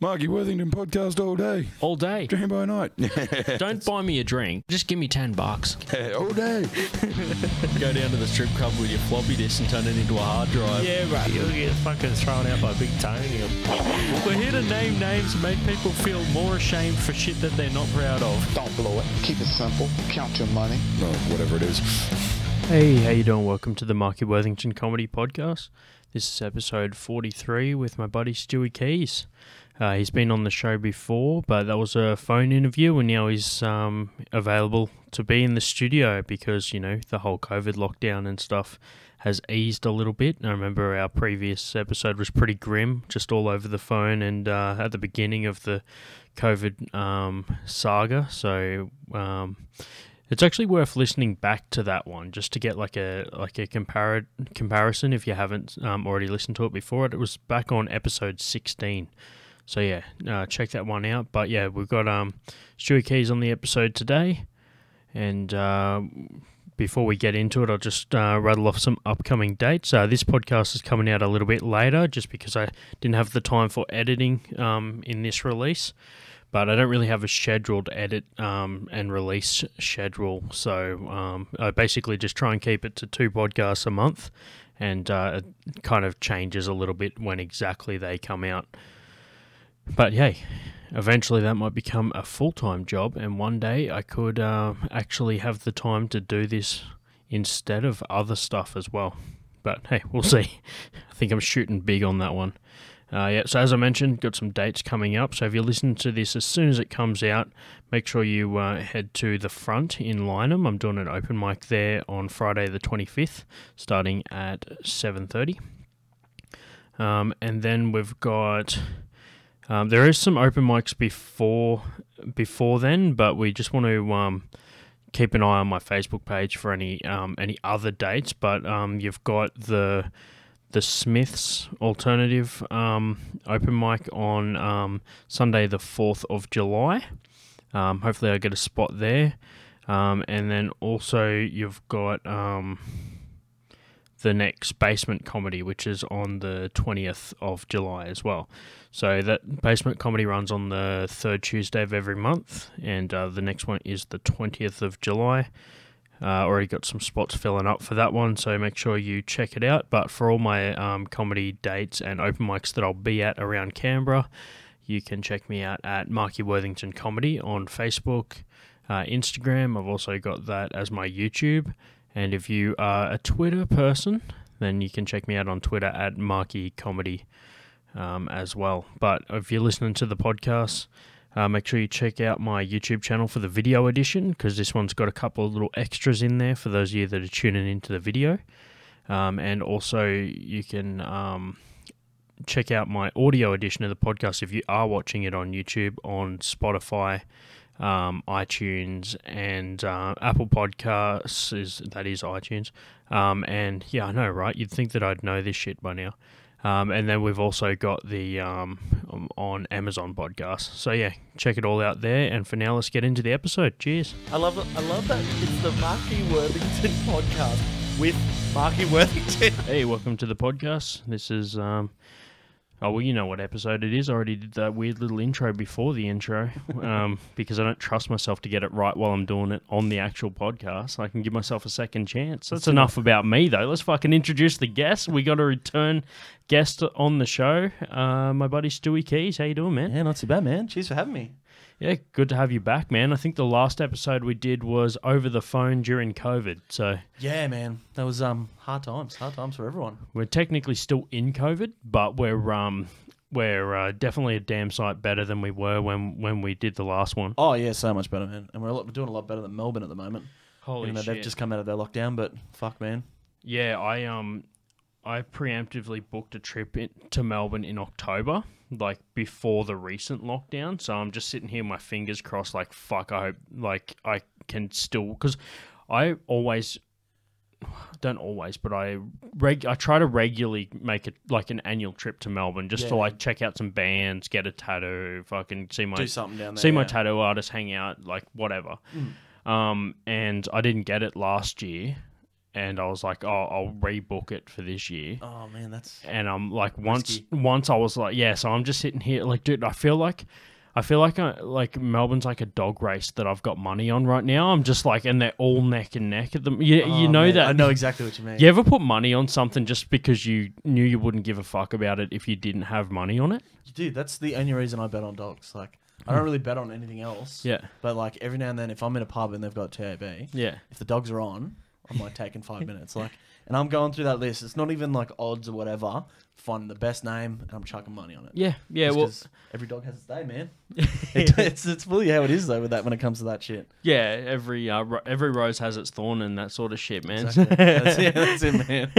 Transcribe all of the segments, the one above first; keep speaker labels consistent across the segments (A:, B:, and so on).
A: Margie Worthington podcast all day,
B: all day.
A: dream by night.
B: Don't buy me a drink. Just give me ten bucks.
A: all day.
C: Go down to the strip club with your floppy disk and turn it into a hard drive.
D: Yeah, right. You'll get fucking thrown out by Big Tony. We're here to name names and make people feel more ashamed for shit that they're not proud of.
E: Don't blow it. Keep it simple. Count your money.
A: No, whatever it is.
D: Hey, how you doing? Welcome to the Marky Worthington Comedy Podcast. This is episode 43 with my buddy Stewie Keys. Uh, he's been on the show before, but that was a phone interview, and now he's um, available to be in the studio because, you know, the whole COVID lockdown and stuff has eased a little bit. I remember our previous episode was pretty grim, just all over the phone and uh, at the beginning of the COVID um, saga. So um, it's actually worth listening back to that one just to get like a like a compar- comparison if you haven't um, already listened to it before. It was back on episode sixteen. So yeah, uh, check that one out. But yeah, we've got um, Stewie Keys on the episode today, and uh, before we get into it, I'll just uh, rattle off some upcoming dates. Uh, this podcast is coming out a little bit later just because I didn't have the time for editing um, in this release, but I don't really have a scheduled edit um, and release schedule. So um, I basically just try and keep it to two podcasts a month, and uh, it kind of changes a little bit when exactly they come out. But hey, eventually that might become a full time job, and one day I could uh, actually have the time to do this instead of other stuff as well. But hey, we'll see. I think I'm shooting big on that one. Uh, yeah, so as I mentioned, got some dates coming up. So if you listen to this as soon as it comes out, make sure you uh, head to the front in Lynham. I'm doing an open mic there on Friday the 25th, starting at 7:30. Um, and then we've got um, there is some open mics before before then, but we just want to um, keep an eye on my Facebook page for any um, any other dates. But um, you've got the the Smiths alternative um, open mic on um, Sunday the fourth of July. Um, hopefully, I get a spot there. Um, and then also you've got um, the next basement comedy, which is on the twentieth of July as well. So that basement comedy runs on the third Tuesday of every month, and uh, the next one is the twentieth of July. Uh, already got some spots filling up for that one, so make sure you check it out. But for all my um, comedy dates and open mics that I'll be at around Canberra, you can check me out at Marky Worthington Comedy on Facebook, uh, Instagram. I've also got that as my YouTube. And if you are a Twitter person, then you can check me out on Twitter at Marky Comedy um, as well. But if you're listening to the podcast, uh, make sure you check out my YouTube channel for the video edition because this one's got a couple of little extras in there for those of you that are tuning into the video. Um, and also, you can um, check out my audio edition of the podcast if you are watching it on YouTube, on Spotify, um, iTunes, and uh, Apple Podcasts. Is that is iTunes? Um, and yeah, I know, right? You'd think that I'd know this shit by now. Um, and then we've also got the um, um, on Amazon podcast. So yeah, check it all out there. And for now, let's get into the episode. Cheers.
F: I love I love that it's the Marky Worthington podcast with Marky Worthington.
D: Hey, welcome to the podcast. This is um, oh well, you know what episode it is. I already did that weird little intro before the intro um, because I don't trust myself to get it right while I'm doing it on the actual podcast. I can give myself a second chance. That's enough about me though. Let's fucking introduce the guest. We got a return guest on the show. Uh, my buddy Stewie Keys. How you doing, man?
C: Yeah, not too bad, man.
F: Cheers for having me.
D: Yeah, good to have you back, man. I think the last episode we did was over the phone during COVID. So
F: Yeah, man, that was um hard times, hard times for everyone.
D: we're technically still in COVID, but we're um we're uh, definitely a damn sight better than we were when when we did the last one.
F: Oh yeah, so much better, man. And we're, a lot, we're doing a lot better than Melbourne at the moment.
D: Holy
F: Even though they've just come out of their lockdown, but fuck, man.
D: Yeah, I um I preemptively booked a trip in, to Melbourne in October, like before the recent lockdown. So I'm just sitting here, my fingers crossed, like fuck. I hope like I can still because I always don't always, but I reg I try to regularly make it like an annual trip to Melbourne just to
F: Yeah.
D: like check out some bands, get a tattoo, fucking see my
F: Do something down there.
D: see my
F: yeah.
D: tattoo
F: Mm.
D: artist hang out, like whatever. Um, and I didn't get it last year, and I was like, oh, I'll rebook it for this year.
F: Oh man, that's
D: And I'm like, once once I was like, yeah. So I'm just sitting here, like, dude, I feel like. I feel like I, like Melbourne's like a dog race that I've got money on right now. I'm just like, and they're all neck and neck at them. You, you
F: Oh,
D: know
F: man,
D: that
F: I know exactly what you mean.
D: you ever put money on something just because you knew you wouldn't give a fuck about it if you didn't have money on it?
F: dude, that's the only reason I bet on dogs. Like, I don't really bet on anything else.
D: Yeah.
F: But like every now and then, if I'm in a pub and they've got TAB,
D: Yeah.
F: if the dogs are on, I'm like taking five minutes. Like, and I'm going through that list. It's not even like odds or whatever. Finding the best name, and I'm chucking money on it.
D: Yeah. Yeah.
F: It's
D: well,
F: 'cause every dog has its day, man. It- it's it's fully how it is though with that when it comes to that shit.
D: yeah. Every uh, ro- every rose has its thorn and that sort of shit, man.
F: Exactly. that's, it, that's it, man.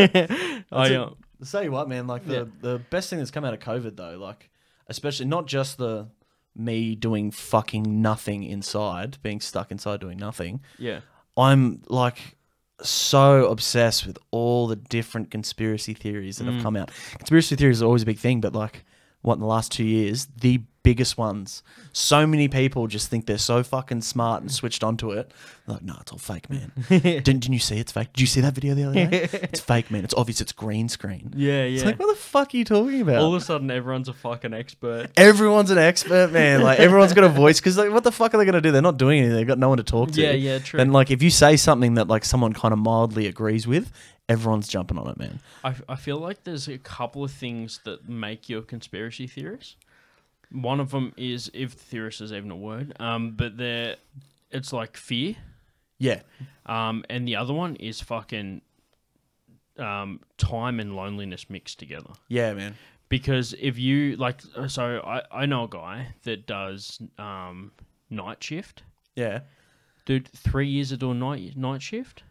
D: I,
F: it.
D: uh,
F: Say what, man? Like the
D: Yeah.
F: the best thing that's come out of COVID though, like especially not just the me doing fucking nothing inside, being stuck inside doing nothing.
D: yeah.
F: I'm like so obsessed with all the different conspiracy theories
D: Mm.
F: that have come out. Conspiracy theories are always a big thing, but like what in the last two years, the biggest ones. So many people just think they're so fucking smart and switched onto it. Like, no, it's all fake, man. didn't, didn't you see it's fake? Did you see that video the other day? it's fake, man. It's obvious. It's green screen.
D: Yeah.
F: It's
D: Yeah.
F: like, what the fuck are you talking about?
D: All of a sudden, everyone's a fucking expert.
F: Everyone's an expert, man. Like everyone's got a voice because like, what the fuck are they gonna do? They're not doing anything. They've got no one to talk to.
D: Yeah, yeah, true.
F: And like, if you say something that like someone kind of mildly agrees with, everyone's jumping on it, man.
D: I, I feel like there's a couple of things that make you a conspiracy theorist. One of them is if theorist is even a word, um, but they're it's like fear.
F: Yeah,
D: Um, and the other one is fucking um, time and loneliness mixed together.
F: yeah, man.
D: Because if you like, so I, I know a guy that does um, night shift.
F: Yeah,
D: Dude, three years of doing night night shift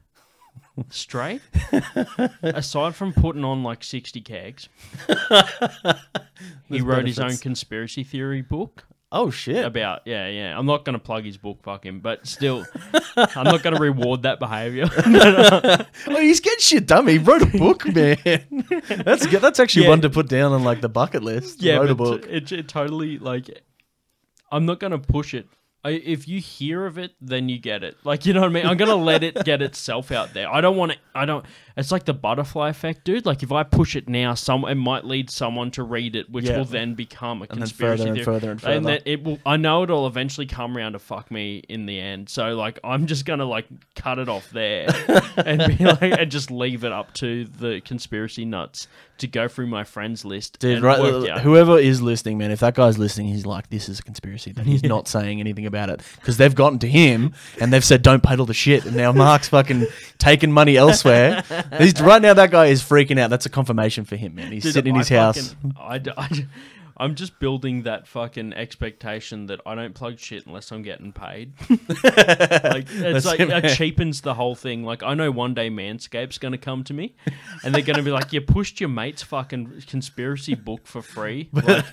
D: straight. Aside from putting on like sixty kegs, he
F: There's
D: wrote his own
F: benefits.
D: conspiracy theory book
F: Oh shit.
D: about yeah yeah. I'm not gonna plug his book, fuck him, but still, I'm not gonna reward that behavior.
F: Oh, he's getting shit done. He wrote a book, man. that's good. That's actually
D: Yeah.
F: one to put down on like the bucket list. wrote a
D: but
F: book.
D: It, it totally like. I'm not gonna push it. I, if you hear of it, then you get it. Like you know what I mean. I'm gonna let it get itself out there. I don't want to. I don't. It's like the butterfly effect, dude. Like if I push it now, some it might lead someone to read it, which
F: Yeah.
D: will then become a
F: And then
D: conspiracy
F: further and
D: theory.
F: further
D: And
F: and further.
D: then it will. I know it'll eventually come around to fuck me in the end. So like I'm just gonna like cut it off there and be like and just leave it up to the conspiracy nuts to go through my friends list
F: Dude,
D: and
F: right, uh,
D: work out.
F: whoever is listening, man, if that guy's listening, he's like, this is a conspiracy. Then he's not saying anything about it because they've gotten to him and they've said, don't peddle the shit. And now Mark's fucking taking money elsewhere. He's, right now, that guy is freaking out. That's a confirmation for him, man. He's
D: Dude,
F: sitting in
D: I
F: his house.
D: fucking- I, d- I d- I'm just building that fucking expectation that I don't plug shit unless I'm getting paid. like it's like
F: it,
D: it, cheapens the whole thing. Like I know one day Manscaped's gonna come to me, and they're gonna be like, "You pushed your mate's fucking conspiracy book for free, like,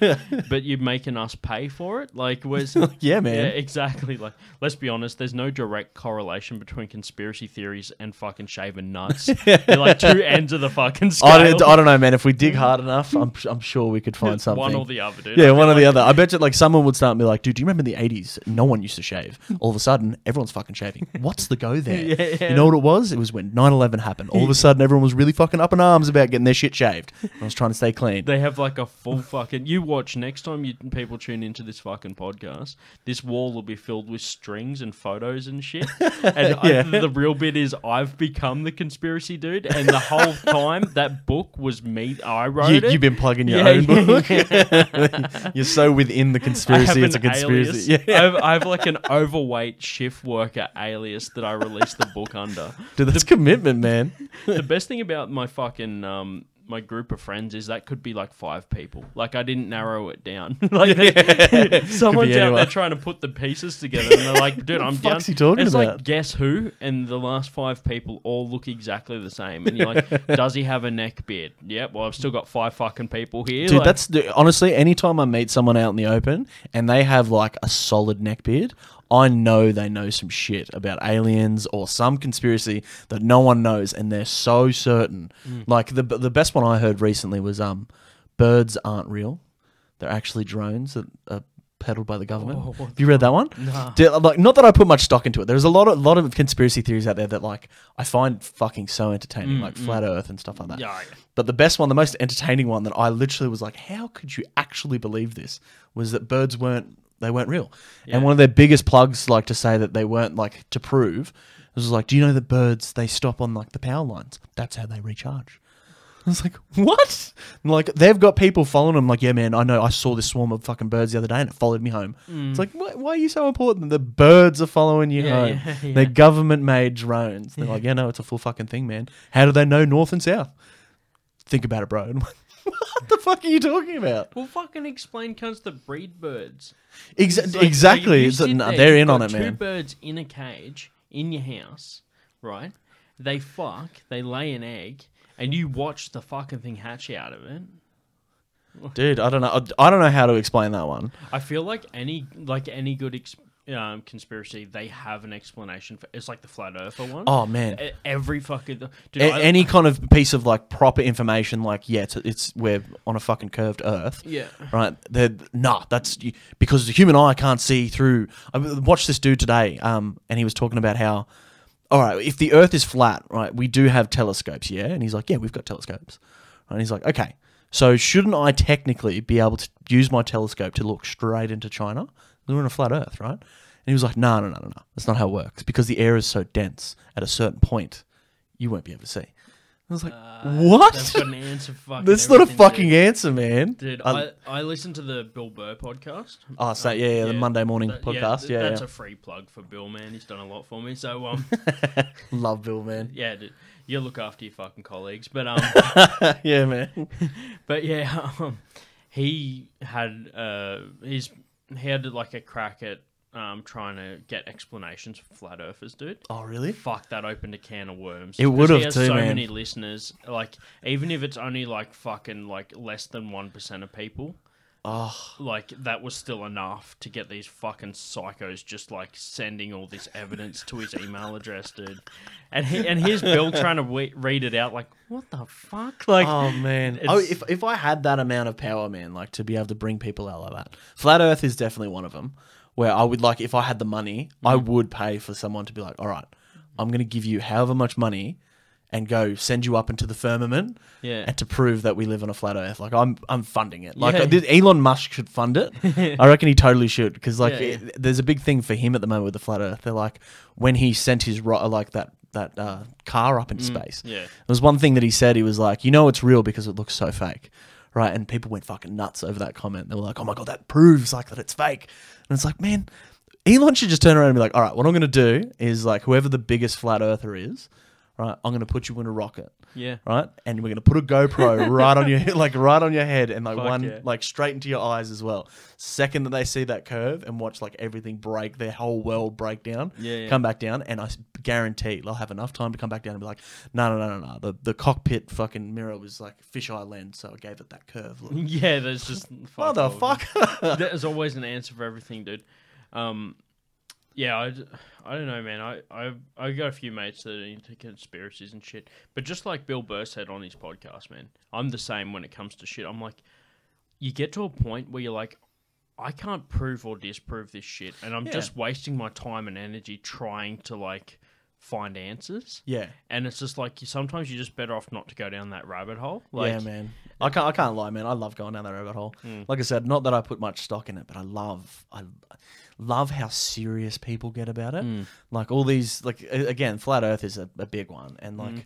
D: but you're making us pay for it." Like, where's
F: Yeah, man.
D: yeah, exactly. Like, let's be honest. There's no direct correlation between conspiracy theories and fucking shaven nuts. They're like two ends of the fucking scale.
F: I, don't, I don't know, man. If we dig hard enough, I'm, I'm sure we could find something.
D: One or the other, dude.
F: yeah, one or the other. I bet you, like, someone would start and be like, dude, do you remember in the 80s? No one used to shave. All of a sudden, everyone's fucking shaving. What's the go there? You know what it was? It was when 9 11 happened. All of a sudden, everyone was really fucking up in arms about getting their shit shaved. I was trying to stay clean.
D: They have like a full fucking. You watch next time you people tune into this fucking podcast. This wall will be filled with strings and photos and shit. And I, the real bit is I've become the conspiracy dude, and the whole time that book was me. I wrote
F: You,
D: it.
F: you've been plugging your
D: Yeah,
F: own
D: yeah,
F: book. You're so within the
D: I have
F: conspiracy. It's a
D: an alias.
F: conspiracy. Yeah.
D: I, have, I have like an overweight shift worker alias that I released the book under.
F: Dude, that's commitment, man.
D: the best thing about my fucking um my group of friends is that could be like five people. Like I didn't narrow it down. like they- someone's out there
F: anyone.
D: trying to put the pieces together, and they're like, "Dude, I'm down."
F: fuck's he talking
D: it's like
F: about?
D: guess who, and the last five people all look exactly the same. And you're like, "Does he have a neck beard?" Yep. Well, I've still got five fucking people here.
F: Dude,
D: like-
F: that's dude, honestly, anytime I meet someone out in the open and they have like a solid neck beard, I know they know some shit about aliens or some conspiracy that no one knows, and they're so certain.
D: Mm.
F: Like the the best one I heard recently was um, birds aren't real; they're actually drones that are peddled by the government.
D: Oh, what
F: Have you read that one?
D: Nah.
F: Do- like, not that I put much stock into it. There's a lot of lot of conspiracy theories out there that like I find fucking so entertaining,
D: Mm,
F: like flat Earth and stuff like that.
D: Yeah.
F: But the best one, the most entertaining one that I literally was like, how could you actually believe this? Was that birds weren't they weren't real? And one of their biggest plugs, like to say that they weren't like to prove, was like, do you know that birds they stop on like the power lines? That's how they recharge. I was like, what? And, like they've got people following them. Like, yeah, man, I know. I saw this swarm of fucking birds the other day, and it followed me home. It's like, why, why are you so important? The birds are following you
D: Mm. Yeah,
F: home.
D: yeah, yeah.
F: They're government-made drones. They're like, yeah, no, it's a full fucking thing, man. How do they know north and south? Think about it, bro. And I'm like, what the fuck are you talking about?
D: Well, fucking explain cunts that breed birds.
F: Ex-
D: It's like,
F: exactly.
D: you
F: It's like,
D: sit
F: nah,
D: there,
F: they're
D: you've
F: in
D: got
F: on it,
D: two
F: man.
D: birds in a cage in your house, right? They fuck, they lay an egg, and you watch the fucking thing hatch out of it.
F: Dude, I don't know. I don't know how to explain that one.
D: I feel like any like any good ex- um, conspiracy, they have an explanation for. It's like the flat earther one.
F: Oh man.
D: E- every fucking dude,
F: A-
D: I-
F: any kind of piece of like proper information, like yeah, it's, it's we're on a fucking curved Earth.
D: Yeah.
F: Right. They're, nah, that's you- because the human eye can't see through. I watched this dude today, um, and he was talking about how, all right, if the Earth is flat, right, we do have telescopes, yeah, and he's like, yeah, we've got telescopes, and he's like, okay, so shouldn't I technically be able to use my telescope to look straight into China? We're on a flat Earth, right? And he was like, no, no, no, no, no, that's not how it works because the air is so dense. At a certain point, you won't be able to see. I was like,
D: Uh,
F: what?
D: That's got an answer. for Fucking
F: That's not a
D: everything,
F: fucking
D: dude.
F: answer, man.
D: Dude,
F: I-
D: I, I listened to the Bill Burr podcast.
F: Oh, so yeah, yeah, the Monday morning podcast.
D: th-
F: Yeah,
D: that's
F: yeah.
D: a free plug for Bill, man. He's done a lot for me. So um,
F: Love Bill, man.
D: yeah, dude, you look after your fucking colleagues, but um,
F: yeah, man.
D: but yeah, um, he had uh, he's he had like a crack at um trying to get explanations for flat earthers, dude.
F: Oh, really?
D: Fuck, that opened a can of worms.
F: It
D: Because
F: would've
D: he has
F: too,
D: so
F: man.
D: many listeners. Like, even if it's only like fucking like less than one percent of people,
F: Oh,
D: like that was still enough to get these fucking psychos just like sending all this evidence to his email address, dude. And he, and here's Bill trying to we- read it out, like, what the fuck? Like,
F: oh man.
D: it's-
F: Oh, if if I had that amount of power, man, like to be able to bring people out like that, flat Earth is definitely one of them. Where I would like, if I had the money, I
D: Mm-hmm.
F: would pay for someone to be like, all right, I'm going to give you however much money, and go send you up into the firmament.
D: Yeah.
F: And to prove that we live on a flat Earth, like I'm, I'm funding it. Like
D: Yeah.
F: this- Elon Musk should fund it. I reckon he totally should because like
D: Yeah, yeah.
F: it- there's a big thing for him at the moment with the flat Earth. They're like when he sent his ro- like that that uh, car up
D: Mm,
F: into space.
D: yeah.
F: there was one thing that he said. He was like, you know, it's real because it looks so fake, right? And people went fucking nuts over that comment. They were like, oh my god, that proves like that it's fake. And it's like, man, Elon should just turn around and be like, all right, what I'm gonna do is like whoever the biggest flat earther is, right? I'm gonna put you in a rocket
D: yeah.
F: right? And we're gonna put a GoPro right on your like right on your head and like
D: Fuck
F: one
D: yeah.
F: like straight into your eyes as well. Second that they see that curve and watch like everything break, their whole world break down,
D: Yeah, yeah.
F: come back down, and I s- guarantee they'll have enough time to come back down and be like, no, no, no, no, no. The the cockpit fucking mirror was like fisheye lens, so I gave it that curve look.
D: Yeah, there's just fuck all of them.
F: Motherfucker.
D: There's always an answer for everything, dude. Um, yeah, I, d- I don't know, man. I I I got a few mates that are into conspiracies and shit, but just like Bill Burr said on his podcast, man, I'm the same when it comes to shit. I'm like, you get to a point where you're like, I can't prove or disprove this shit, and I'm
F: Yeah.
D: just wasting my time and energy trying to like find answers.
F: yeah.
D: And it's just like you sometimes you're just better off not to go down that rabbit hole.
F: yeah,
D: Like,
F: man. Mm. I can't. I can't lie, man. I love going down that rabbit hole. Like I said, not that I put much stock in it, but I love. I love how serious people get about it. Like all these. Like a- again, flat Earth is a, a big one, and like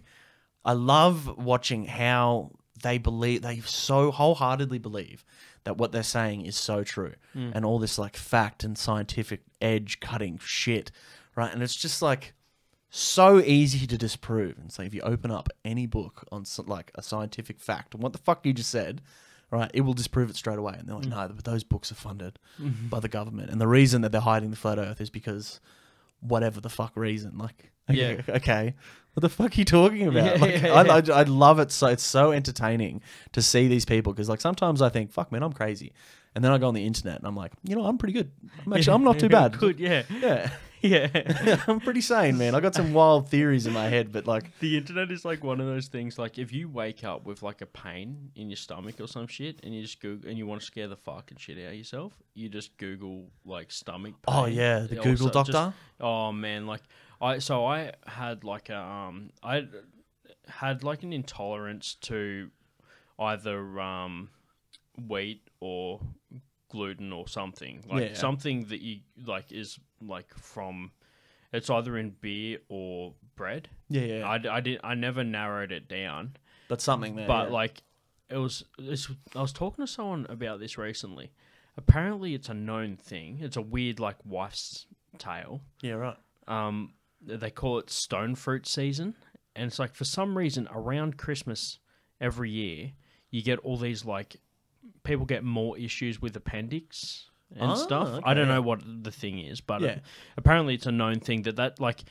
F: I love watching how they believe. They so wholeheartedly believe that what they're saying is so true, and all this like fact and scientific edge cutting shit, right? And it's just like so easy to disprove. And so if you open up any book on s- like a scientific fact and what the fuck you just said, right, it will disprove it straight away. And they're like, no, but those books are funded by the government, and the reason that they're hiding the flat Earth is because whatever the fuck reason, like. Okay, okay. What the fuck are you talking about?
D: Yeah,
F: like,
D: yeah,
F: I, I, I love it. So it's so entertaining to see these people because, like, sometimes I think, "Fuck, man, I'm crazy," and then I go on the internet and I'm like, you know, I'm pretty good. I'm actually, I'm not too bad.
D: Good, yeah.
F: Yeah.
D: yeah.
F: I'm pretty sane, man. I got some wild theories in my head, but like,
D: The internet is like one of those things. Like if you wake up with like a pain in your stomach or some shit, and you just Google and you want to scare the fucking shit out of yourself, you just Google like stomach. Pain.
F: Oh, yeah, the
D: It
F: Google
D: also just-
F: doctor?
D: oh man, like I so I had like a um I had like an intolerance to either um wheat or gluten or something like
F: Yeah.
D: something that you like is like from it's either in beer or bread
F: yeah, yeah,
D: I, I did I never narrowed it down,
F: that's something there.
D: but
F: yeah.
D: like it was it's, I was talking to someone about this recently. Apparently, it's a known thing. It's a weird like wife's tale.
F: yeah, right.
D: Um, they call it stone fruit season, and it's like for some reason around Christmas every year you get all these like people get more issues with appendix and
F: Ah,
D: stuff. I don't know what the thing is, but uh,
F: Yeah.
D: apparently it's a known thing that that like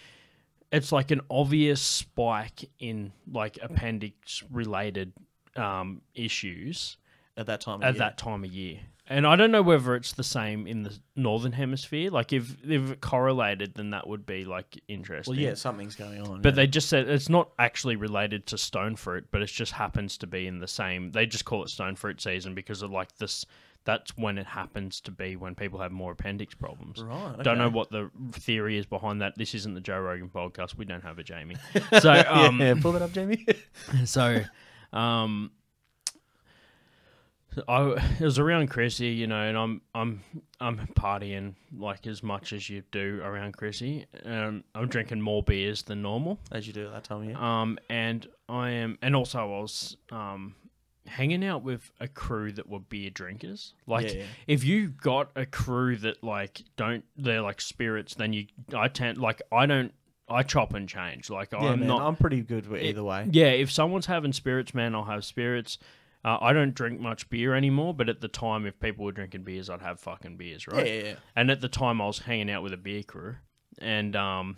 D: it's like an obvious spike in like appendix related um, issues
F: At that time, of
D: at
F: year.
D: that time of year. And I don't know whether it's the same in the northern hemisphere. Like if if it correlated, then that would be like interesting.
F: Well, yeah, something's going on.
D: But
F: yeah.
D: they just said it's not actually related to stone fruit, but it just happens to be in the same. They just call it stone fruit season because of like this. That's when it happens to be when people have more appendix problems.
F: Right,
D: Don't know
F: okay.
D: what the theory is behind that. This isn't the Joe Rogan podcast. We don't have a Jamie. So um,
F: yeah, pull that up, Jamie.
D: so, um, I it was around Chrissy, you know, and I'm I'm I'm partying like as much as you do around Chrissy, and I'm drinking more beers than normal.
F: As you do at that time of year.
D: Um, and I am, and also I was um hanging out with a crew that were beer drinkers. Like,
F: Yeah, yeah.
D: if you got a crew that like don't they're like spirits, then you I tend like I don't I chop and change. Like
F: yeah,
D: I'm
F: man,
D: not
F: I'm pretty good with either way.
D: yeah, if someone's having spirits, man, I'll have spirits. Uh, I don't drink much beer anymore, but at the time, if people were drinking beers, I'd have fucking beers, right?
F: Yeah, yeah, yeah.
D: And at the time, I was hanging out with a beer crew, and um,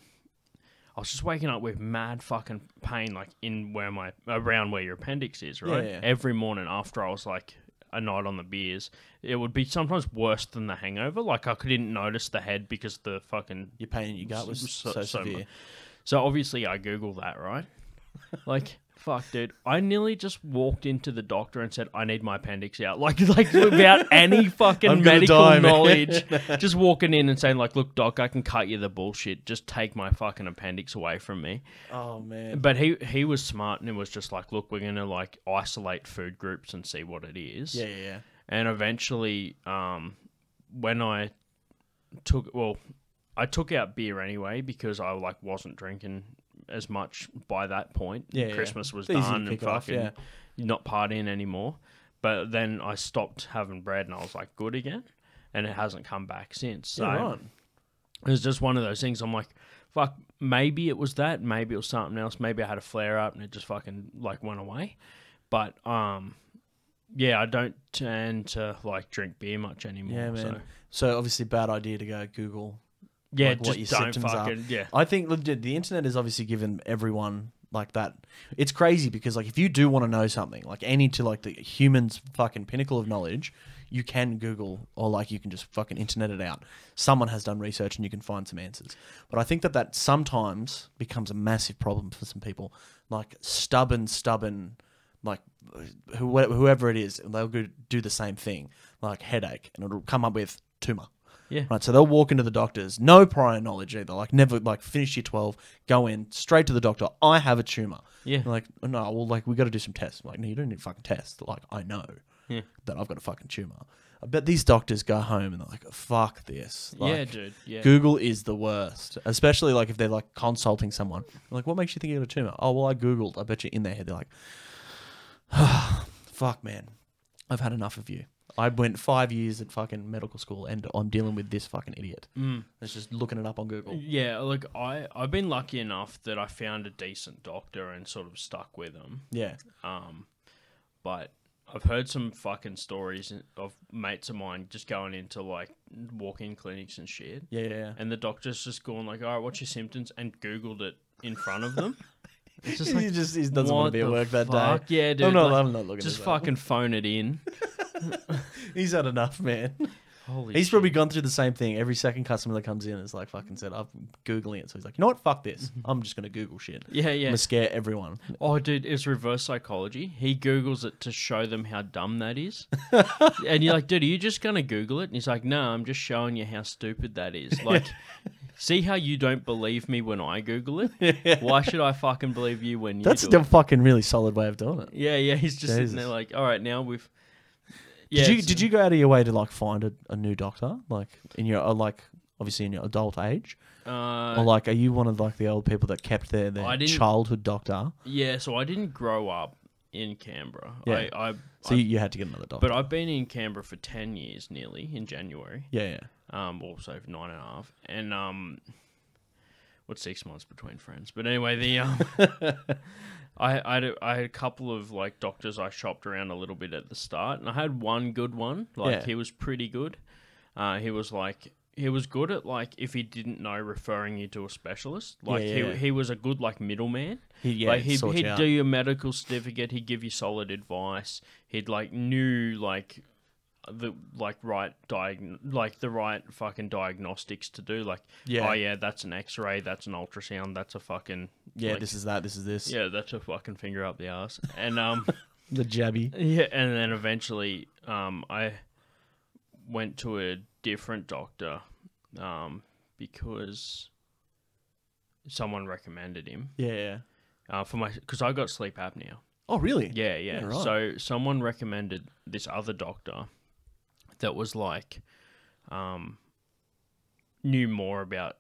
D: I was just waking up with mad fucking pain, like in where my around where your appendix is, right?
F: yeah.
D: Every morning after I was like a night on the beers, it would be sometimes worse than the hangover. Like I couldn't notice the head because the fucking
F: Your pain in your gut was so,
D: so- so mu-
F: severe.
D: so obviously I googled that, right? Like fuck, dude. I nearly just walked into the doctor and said I need my appendix out. Like like without any
F: I'm
D: fucking
F: gonna
D: medical
F: die, man.
D: knowledge. just walking in and saying like, "Look, doc, I can cut you the bullshit. Just take my fucking appendix away from me."
F: oh man.
D: But he he was smart and it was just like, "Look, we're going to like isolate food groups and see what it is."
F: Yeah, yeah, yeah.
D: and eventually um, when i took well i took out beer anyway because i like wasn't drinking as much by that point
F: Yeah, yeah.
D: christmas was
F: It's easy to
D: done and
F: kick off,
D: fucking
F: yeah.
D: not partying anymore but then i stopped having bread and i was like good again and it hasn't come back since so
F: yeah right.
D: it was just one of those things i'm like fuck maybe it was that maybe it was something else maybe i had a flare up and it just fucking like went away but um yeah i don't tend to like drink beer much anymore
F: Yeah, man.
D: so
F: So. obviously, bad idea to go Google.
D: yeah
F: like,
D: just
F: what your
D: don't
F: symptoms are.
D: fucking yeah
F: I think look, dude, the internet has obviously given everyone like that. It's crazy because like if you do want to know something, like any to like the human's fucking pinnacle of knowledge, you can Google or like you can just fucking internet it out. Someone has done research and you can find some answers. But I think that that sometimes becomes a massive problem for some people, like stubborn, stubborn like who, whoever it is, they'll go do the same thing, like headache, and it'll come up with tumor.
D: Yeah.
F: Right. So they'll walk into the doctors, no prior knowledge either. Like never, like finish year twelve, go in straight to the doctor. I have a tumor.
D: Yeah.
F: And like no, well, like we got to do some tests. I'm like no, you don't need fucking tests. Like I know.
D: Yeah.
F: That I've got a fucking tumor. I bet these doctors go home and they're like, fuck this. Like,
D: yeah dude yeah
F: Google is the worst, especially like if they're like consulting someone. Like, what makes you think you got a tumor? Oh, well, I googled. I bet you in their head they're like, "Fuck, man, I've had enough of you. I went five years at fucking medical school, and I'm dealing with this fucking idiot. Mm. It's just looking it up on Google.
D: yeah look i i've been lucky enough that i found a decent doctor and sort of stuck with him
F: Yeah,
D: Um, but I've heard some fucking stories of mates of mine just going into like walk-in clinics and shit,
F: yeah, yeah. yeah.
D: and the doctor's just going like, "All right, what's your symptoms?" and googled it in front of them. It's just
F: he
D: like,
F: just he doesn't
D: what
F: want to be at
D: the
F: work that
D: fuck?
F: day.
D: Yeah, dude.
F: I'm not.
D: like,
F: I'm not looking.
D: just
F: this up.
D: fucking phone it in.
F: He's had enough, man.
D: Holy
F: He's probably gone through the same thing. Every second customer that comes in is like fucking said, I'm Googling it. So he's like, you know what? Fuck this.
D: Mm-hmm.
F: I'm just going to Google shit.
D: Yeah,
F: I'm
D: yeah.
F: going to scare everyone.
D: Oh, dude, it's reverse psychology. He Googles it to show them how dumb that is. and you're like, dude, are you just going to Google it? And he's like, no, I'm just showing you how stupid that is. Like, see how you don't believe me when I Google it? Why should I fucking believe you when you
F: That's
D: do
F: a
D: it?
F: fucking really solid way of doing it.
D: Yeah, yeah. He's just sitting there
F: Jesus.
D: like, all right, now we've.
F: did you
D: it's-
F: did you go out of your way to like find a, a new doctor like in your uh, like obviously in your adult age
D: Uh,
F: or like are you one of like the old people that kept their
D: I
F: their
D: didn't-
F: childhood doctor
D: yeah, so I didn't grow up in Canberra.
F: Yeah.
D: I, I,
F: so
D: I-
F: you, you had to get another doctor
D: but I've been in Canberra for 10 years nearly in January.
F: yeah yeah
D: um, also for nine and a half, and um, what's six months between friends? But anyway, the um, I I had, a, I had a couple of like doctors I shopped around a little bit at the start, and I had one good one. Like
F: Yeah.
D: he was pretty good. Uh, he was like he was good at like if he didn't know referring you to a specialist. Like
F: Yeah,
D: he
F: yeah.
D: he was a good like middleman.
F: He- yeah,
D: like
F: he'd
D: he'd,
F: sort you
D: he'd
F: out.
D: do your medical certificate. He'd give you solid advice. He'd like knew like the like right diag like the right fucking diagnostics to do like
F: Yeah.
D: oh yeah that's an x-ray that's an ultrasound that's a fucking
F: yeah
D: like,
F: this is that this is this
D: yeah that's a fucking finger up the ass and um
F: the jabby
D: yeah and then eventually um i went to a different doctor um because someone recommended him
F: yeah yeah
D: uh, for my because i got sleep apnea
F: oh really
D: yeah, yeah.
F: Yeah, right.
D: So someone recommended this other doctor that was like, um, knew more about,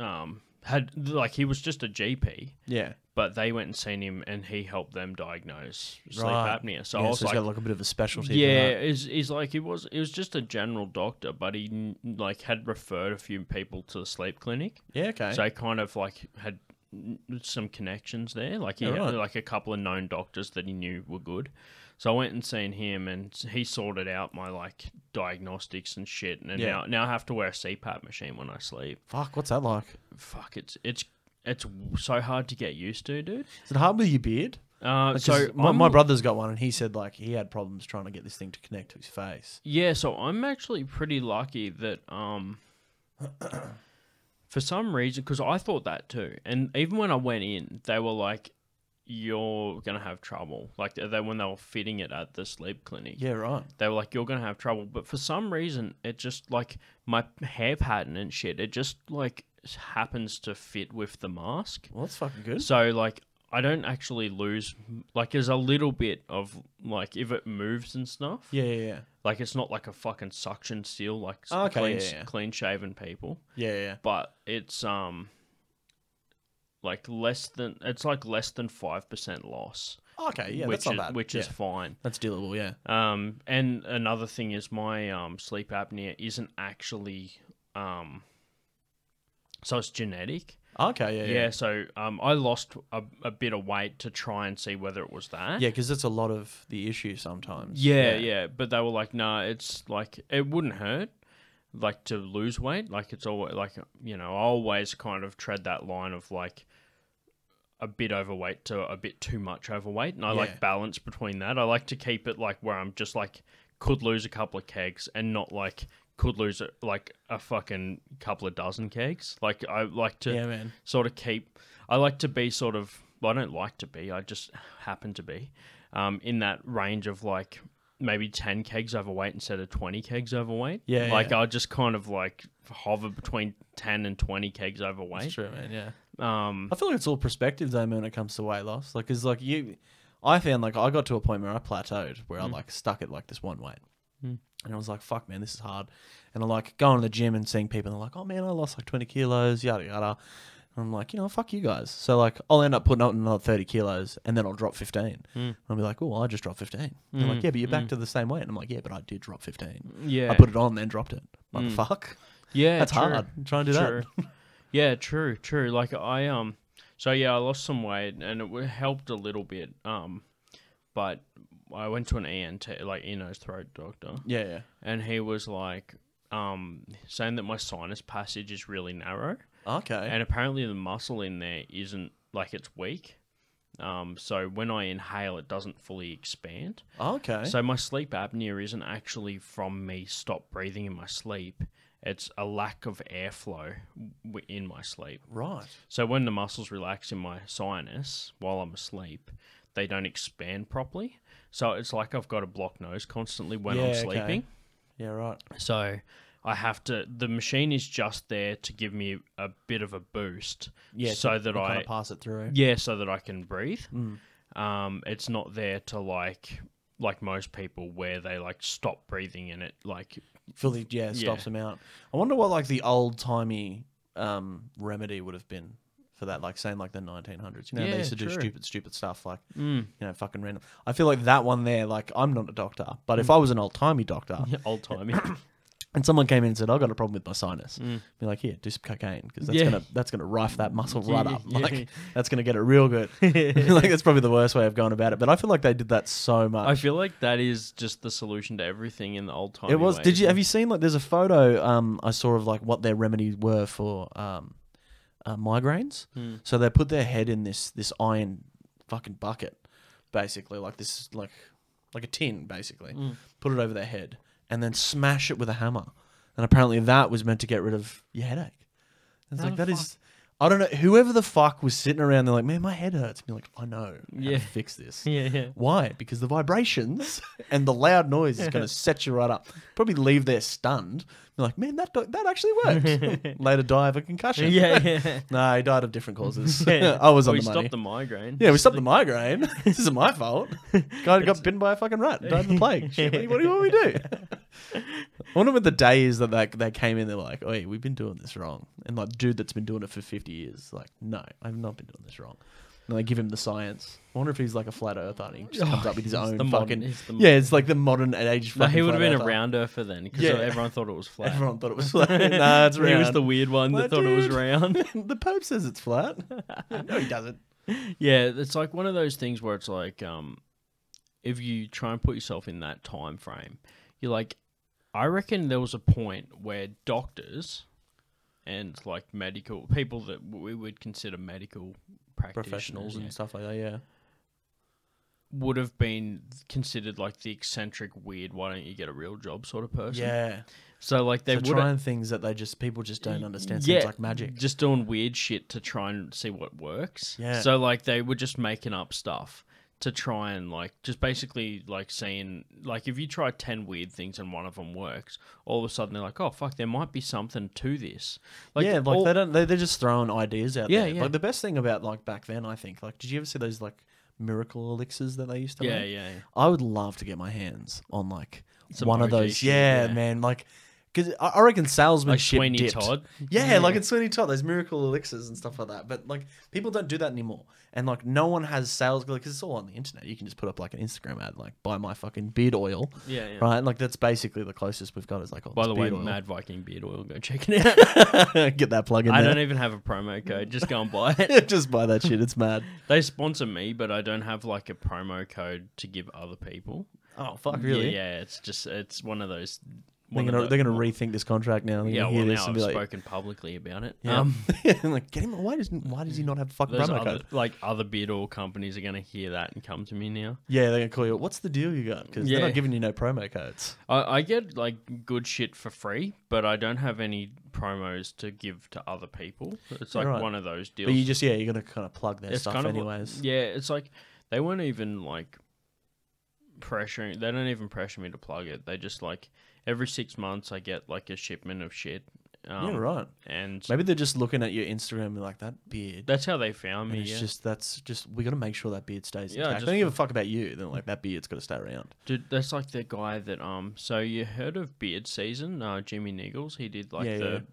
D: um, had like he was just a GP,
F: yeah
D: but they went and seen him, and he helped them diagnose sleep
F: Right.
D: apnea. So
F: so, yeah,
D: I
F: so
D: was
F: he's
D: like,
F: got like a bit of a specialty
D: yeah, is is like it was it was just a general doctor, but he kn- like had referred a few people to the sleep clinic.
F: yeah okay
D: So I kind of like had n- some connections there, like he
F: Yeah, right.
D: had, like a couple of known doctors that he knew were good. So I went and seen him, and he sorted out my like diagnostics and shit. And
F: Yeah.
D: now now I have to wear a CPAP machine when I sleep.
F: fuck what's that like
D: Fuck, it's it's it's so hard to get used to, dude.
F: is it hard with your beard
D: Uh,
F: Like, 'cause
D: so
F: my,
D: I'm-
F: my brother's got one and he said like he had problems trying to get this thing to connect to his face
D: Yeah, so I'm actually pretty lucky that um for some reason cuz I thought that too. And even when I went in, they were like you're going to have trouble. Like they, when they were fitting it at the sleep clinic.
F: yeah right
D: They were like you're going to have trouble, but for some reason it just like my hair pattern and shit, it just like happens to fit with the mask.
F: well that's fucking good
D: So like I don't actually lose like there's a little bit of like if it moves and stuff.
F: yeah yeah yeah
D: Like it's not like a fucking suction seal, like s-
F: Okay,
D: clean,
F: yeah, yeah.
D: clean shaven people,
F: yeah yeah
D: but it's um like less than it's like less than five percent loss,
F: Okay, yeah,
D: which
F: that's not
D: is,
F: bad.
D: which is
F: Yeah.
D: fine.
F: that's dealable. Yeah,
D: Um, and another thing is my um sleep apnea isn't actually um so it's genetic.
F: okay, yeah,
D: Yeah,
F: yeah,
D: so um I lost a, a bit of weight to try and see whether it was that.
F: yeah, because that's a lot of the issue sometimes.
D: Yeah, yeah, But they were like, no, it's like it wouldn't hurt, like to lose weight. Like it's always like you know, I always kind of tread that line of like a bit overweight to a bit too much overweight, and I
F: Yeah.
D: like balance between that. I like to keep it like where I'm just like could lose a couple of kegs and not like could lose a, like a fucking couple of dozen kegs. Like I like to
F: Yeah, man.
D: sort of keep. I like to be sort of. Well, I don't like to be. I just happen to be um, in that range of like maybe ten kegs overweight instead of twenty kegs overweight.
F: Yeah,
D: like
F: yeah.
D: I just kind of like hover between ten and twenty kegs overweight.
F: true, man. Yeah,
D: Um,
F: I feel like it's all perspective though, man. When it comes to weight loss, like, is like you, I found like I got to a point where I plateaued, where
D: Mm.
F: I like stuck at like this one weight,
D: Hmm.
F: and I was like, fuck, man, this is hard. And I like going to the gym and seeing people, and they're like, oh man, I lost like twenty kilos, yada yada. And I'm like, you know, fuck you guys. So like, I'll end up putting on another thirty kilos, and then I'll drop fifteen.
D: Hmm.
F: And I'll be like, oh, I just dropped fifteen. And They're like, yeah, but you're back to the same weight. And I'm like, yeah, but I did drop fifteen.
D: yeah,
F: I put it on, then dropped it. Motherfuck.
D: yeah,
F: That's
D: true.
F: hard. Try and do
D: True. yeah, true, true. Like I um, so yeah, I lost some weight and it w- helped a little bit. Um, but I went to an ENT, like ear, nose, throat doctor.
F: that. Yeah, yeah.
D: and he was like um, saying that my sinus passage is really narrow
F: Okay.
D: and apparently the muscle in there isn't like it's weak Um, so when I inhale, it doesn't fully expand.
F: Oh, Okay.
D: So my sleep apnea isn't actually from me stop breathing in my sleep. It's a lack of airflow w- in my sleep.
F: right.
D: So when the muscles relax in my sinus while I'm asleep, they don't expand properly. So it's like I've got a blocked nose constantly when
F: Yeah,
D: I'm
F: okay.
D: sleeping.
F: Yeah, right.
D: So I have to. The machine is just there to give me a bit of a boost,
F: Yeah.
D: so that I
F: kind of pass it Mm. through.
D: yeah, so that I can breathe. Um, it's not there to like like most people where they like stop breathing and it like
F: Fully, yeah, stops them out. I wonder what like the old timey um, remedy would have been for that, like saying like the 1900s. You know,
D: Yeah,
F: they used to do
D: true. Mm.
F: stupid, stupid stuff like you know, fucking random. I feel like that one there. Like I'm not a doctor, but
D: Mm.
F: if I was an old timey doctor
D: old timey.
F: and someone came in and said I got a problem with my sinus, be like, yeah, do some cocaine because that's
D: Mm. Yeah.
F: gonna that's gonna rife that muscle right up.
D: yeah.
F: Like that's gonna get it real good. like that's probably the worst way of going about it. But I feel like they did that so much.
D: I feel like that is just the solution to everything in the old time.
F: It was. Did you have you seen like there's a photo um I saw of like what their remedies were for um uh, migraines.
D: Hmm.
F: So they put their head in this this iron fucking bucket, basically like this like like a tin basically.
D: Hmm.
F: Put it over their head and then smash it with a hammer. And apparently that was meant to get rid of your headache. It's like that is. I don't know. Whoever the fuck was sitting around, they're like, "Man, my head hurts." Be like, "I know. Yeah,
D: Yeah.
F: fix this."
D: Yeah, yeah.
F: Why? Because the vibrations and the loud noise is going to set you right up. Probably leave there stunned. You're like, man, that do- that actually worked. Later die of a concussion.
D: Yeah, yeah.
F: no, he died of different causes. I was on
D: we
F: the money.
D: stopped the migraine.
F: yeah, we stopped the migraine. this isn't my fault. Guy got bitten by a fucking rat, and died of the plague. Shit, what, do you- what do you want me to do? I wonder what the day is that they, they came in. They're like, "Oi, we've been doing this wrong." And like, dude, that's been doing it for fifty years. Like, no, I've not been doing this wrong. And they give him the science. I wonder if he's like a flat earther and he just comes up with his
D: Oh, he's
F: own
D: the
F: fucking.
D: modern- he's the-
F: yeah, it's like the modern age.
D: No,
F: fucking
D: he would have
F: flat
D: been a
F: earther.
D: round earther then because
F: Yeah.
D: everyone thought it was flat.
F: Everyone thought it was flat. nah, it's round.
D: He was the weird one
F: Like,
D: that thought it was
F: dude.
D: round.
F: the Pope says it's flat. no, he doesn't.
D: Yeah, it's like one of those things where it's like, um, if you try and put yourself in that time frame, you're like, I reckon there was a point where doctors and like medical people that we would consider medical practitioners
F: Professionals and stuff like that. Yeah.
D: would have been considered like the eccentric, weird, why don't you get a real job sort of person.
F: Yeah.
D: So like they
F: They're
D: would
F: trying things that they just people just don't understand. Seems like magic.
D: Just doing weird shit to try and see what works.
F: Yeah.
D: So like they were just making up stuff to try and like just basically like seeing like if you try 10 weird things and one of them works all of a sudden they're like oh fuck there might be something to this like
F: yeah, like
D: all-
F: they don't. They, they're just throwing ideas out
D: Yeah,
F: there.
D: yeah.
F: Like the best thing about like back then, I think. Like, did you ever see those like miracle elixirs that they used to
D: yeah,
F: make?
D: yeah yeah
F: I would love to get my hands on like
D: Some
F: one of
D: OG
F: those.
D: shit,
F: Yeah,
D: yeah.
F: man. Like, because I, I reckon salesmanship.
D: Sweeney
F: dipped.
D: Todd.
F: Yeah, like it's Sweeney Todd. Those miracle elixirs and stuff like that. But like people don't do that anymore. And like no one has sales because it's all on the internet. You can just put up like an Instagram ad, like buy my fucking beard oil.
D: Yeah, yeah.
F: Right. Like that's basically the closest we've got is like. Oh,
D: by
F: it's
D: the way
F: beard oil.
D: mad viking beard oil go check it out
F: get that plug in.
D: i
F: there.
D: don't e- even have a promo code just go and buy it
F: just buy that shit. It's mad.
D: they sponsor me but i don't have like a promo code to give other people
F: Oh fuck,
D: Yeah, yeah, it's just it's one of those.
F: They're
D: One
F: gonna
D: of
F: they're
D: tho-
F: gonna rethink this contract now. They're
D: yeah,
F: gonna
D: well
F: hear this
D: now
F: and
D: I've
F: be like,
D: spoken publicly about it.
F: yeah.
D: Um,
F: like get him. Why does why does he not have a fucking
D: those
F: promo
D: other,
F: code?
D: like other beard oil companies are gonna hear that and come to me now.
F: Yeah, they're gonna call you. What's the deal you got? Because they're
D: Yeah.
F: not giving you no promo codes.
D: I, I get like good shit for free, but I don't have any promos to give to other people. It's like
F: Right.
D: one of those deals.
F: But you just yeah, you're gonna kind of plug their
D: it's
F: stuff
D: kind of like-
F: anyways.
D: yeah, it's like they weren't even like pressuring. They don't even pressure me to plug it. They just like every six months I get like a shipment of shit. Um,
F: yeah, right.
D: And
F: Maybe they're just looking at your Instagram and like that beard.
D: That's how they found me.
F: and it's
D: yeah.
F: just that's just we gotta make sure that beard stays
D: Yeah,
F: intact.
D: just-
F: I don't give a fuck about you. Then like that beard's gotta stay around.
D: Dude, that's like the guy that um. So you heard of Beard Season? Uh, Jimmy Niggles. He did like
F: Yeah,
D: the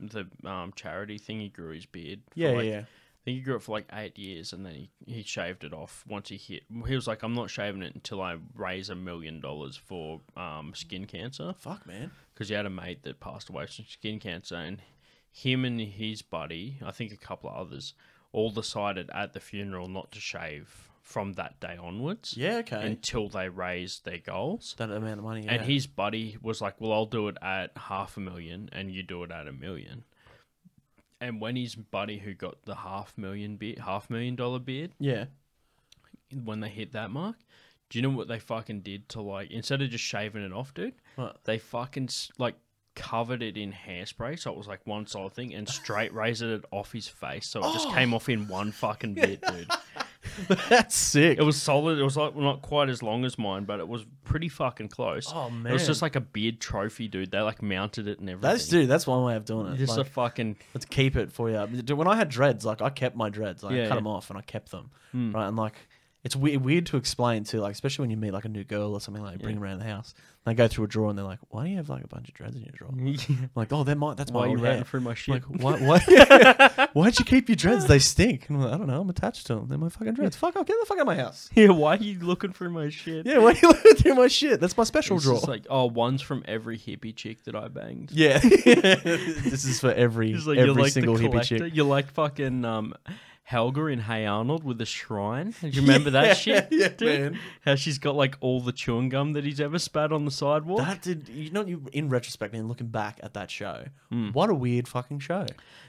D: the um charity thing. He grew his beard. for,
F: Yeah,
D: like-
F: yeah.
D: I think he grew it for like eight years, and then he he shaved it off once he hit. He was like, I'm not shaving it until I raise a million dollars for um skin cancer.
F: Fuck man.
D: because he had a mate that passed away from skin cancer, and him and his buddy, I think a couple of others, all decided at the funeral not to shave from that day onwards.
F: Yeah, okay.
D: Until they raised their goals.
F: That amount of money. Yeah.
D: And his buddy was like, Well, I'll do it at half a million, and you do it at a million. And when his buddy who got the half million beard, half million dollar beard,
F: yeah.
D: when they hit that mark, do you know what they fucking did to like instead of just shaving it off, dude?
F: What?
D: They fucking s- like covered it in hairspray, so it was like one solid thing, and straight razored it off his face, so it
F: Oh.
D: just came off in one fucking bit, dude.
F: That's sick.
D: It was solid. It was like not quite as long as mine, but it was pretty fucking close.
F: Oh,
D: it was just
F: man.
D: like a beard trophy, dude. They like mounted it and everything.
F: That's dude. That's one way of doing it.
D: Just
F: Like,
D: a fucking
F: let's keep it for you. Dude, when I had dreads, like I kept my dreads. Like, I
D: Yeah,
F: cut
D: yeah. Hmm.
F: them off and I kept them. Right, and like it's weird, weird to explain to like, especially when you meet like a new girl or something like, you bring them around the house. And they go through a drawer and they're like, "Why do you have like a bunch of dreads in your drawer?" I'm like, "Oh, they're my, that's
D: why
F: my
D: you
F: old
D: ran
F: hair."
D: through my shit.
F: Like, why, why, why'd you keep your dreads? They stink. And I'm like, I don't know. I'm attached to them. They're my fucking dreads. Fuck off. Get the fuck out of my house.
D: yeah, why are you looking through my shit?
F: Yeah, why are you looking through my shit? That's my special
D: It's
F: drawer.
D: just like, oh, one's from every hippie chick that I banged.
F: yeah. this is for every,
D: It's like
F: every
D: you're like
F: single
D: the
F: hippie
D: collector.
F: chick.
D: You're like fucking um, Helga in Hey Arnold with the shrine. Do you remember that shit?
F: yeah,
D: dude?
F: man.
D: How she's got like all the chewing gum that he's ever spat on the sidewalk.
F: That did, you know, you in retrospect and looking back at that show,
D: Hmm.
F: what a weird fucking show.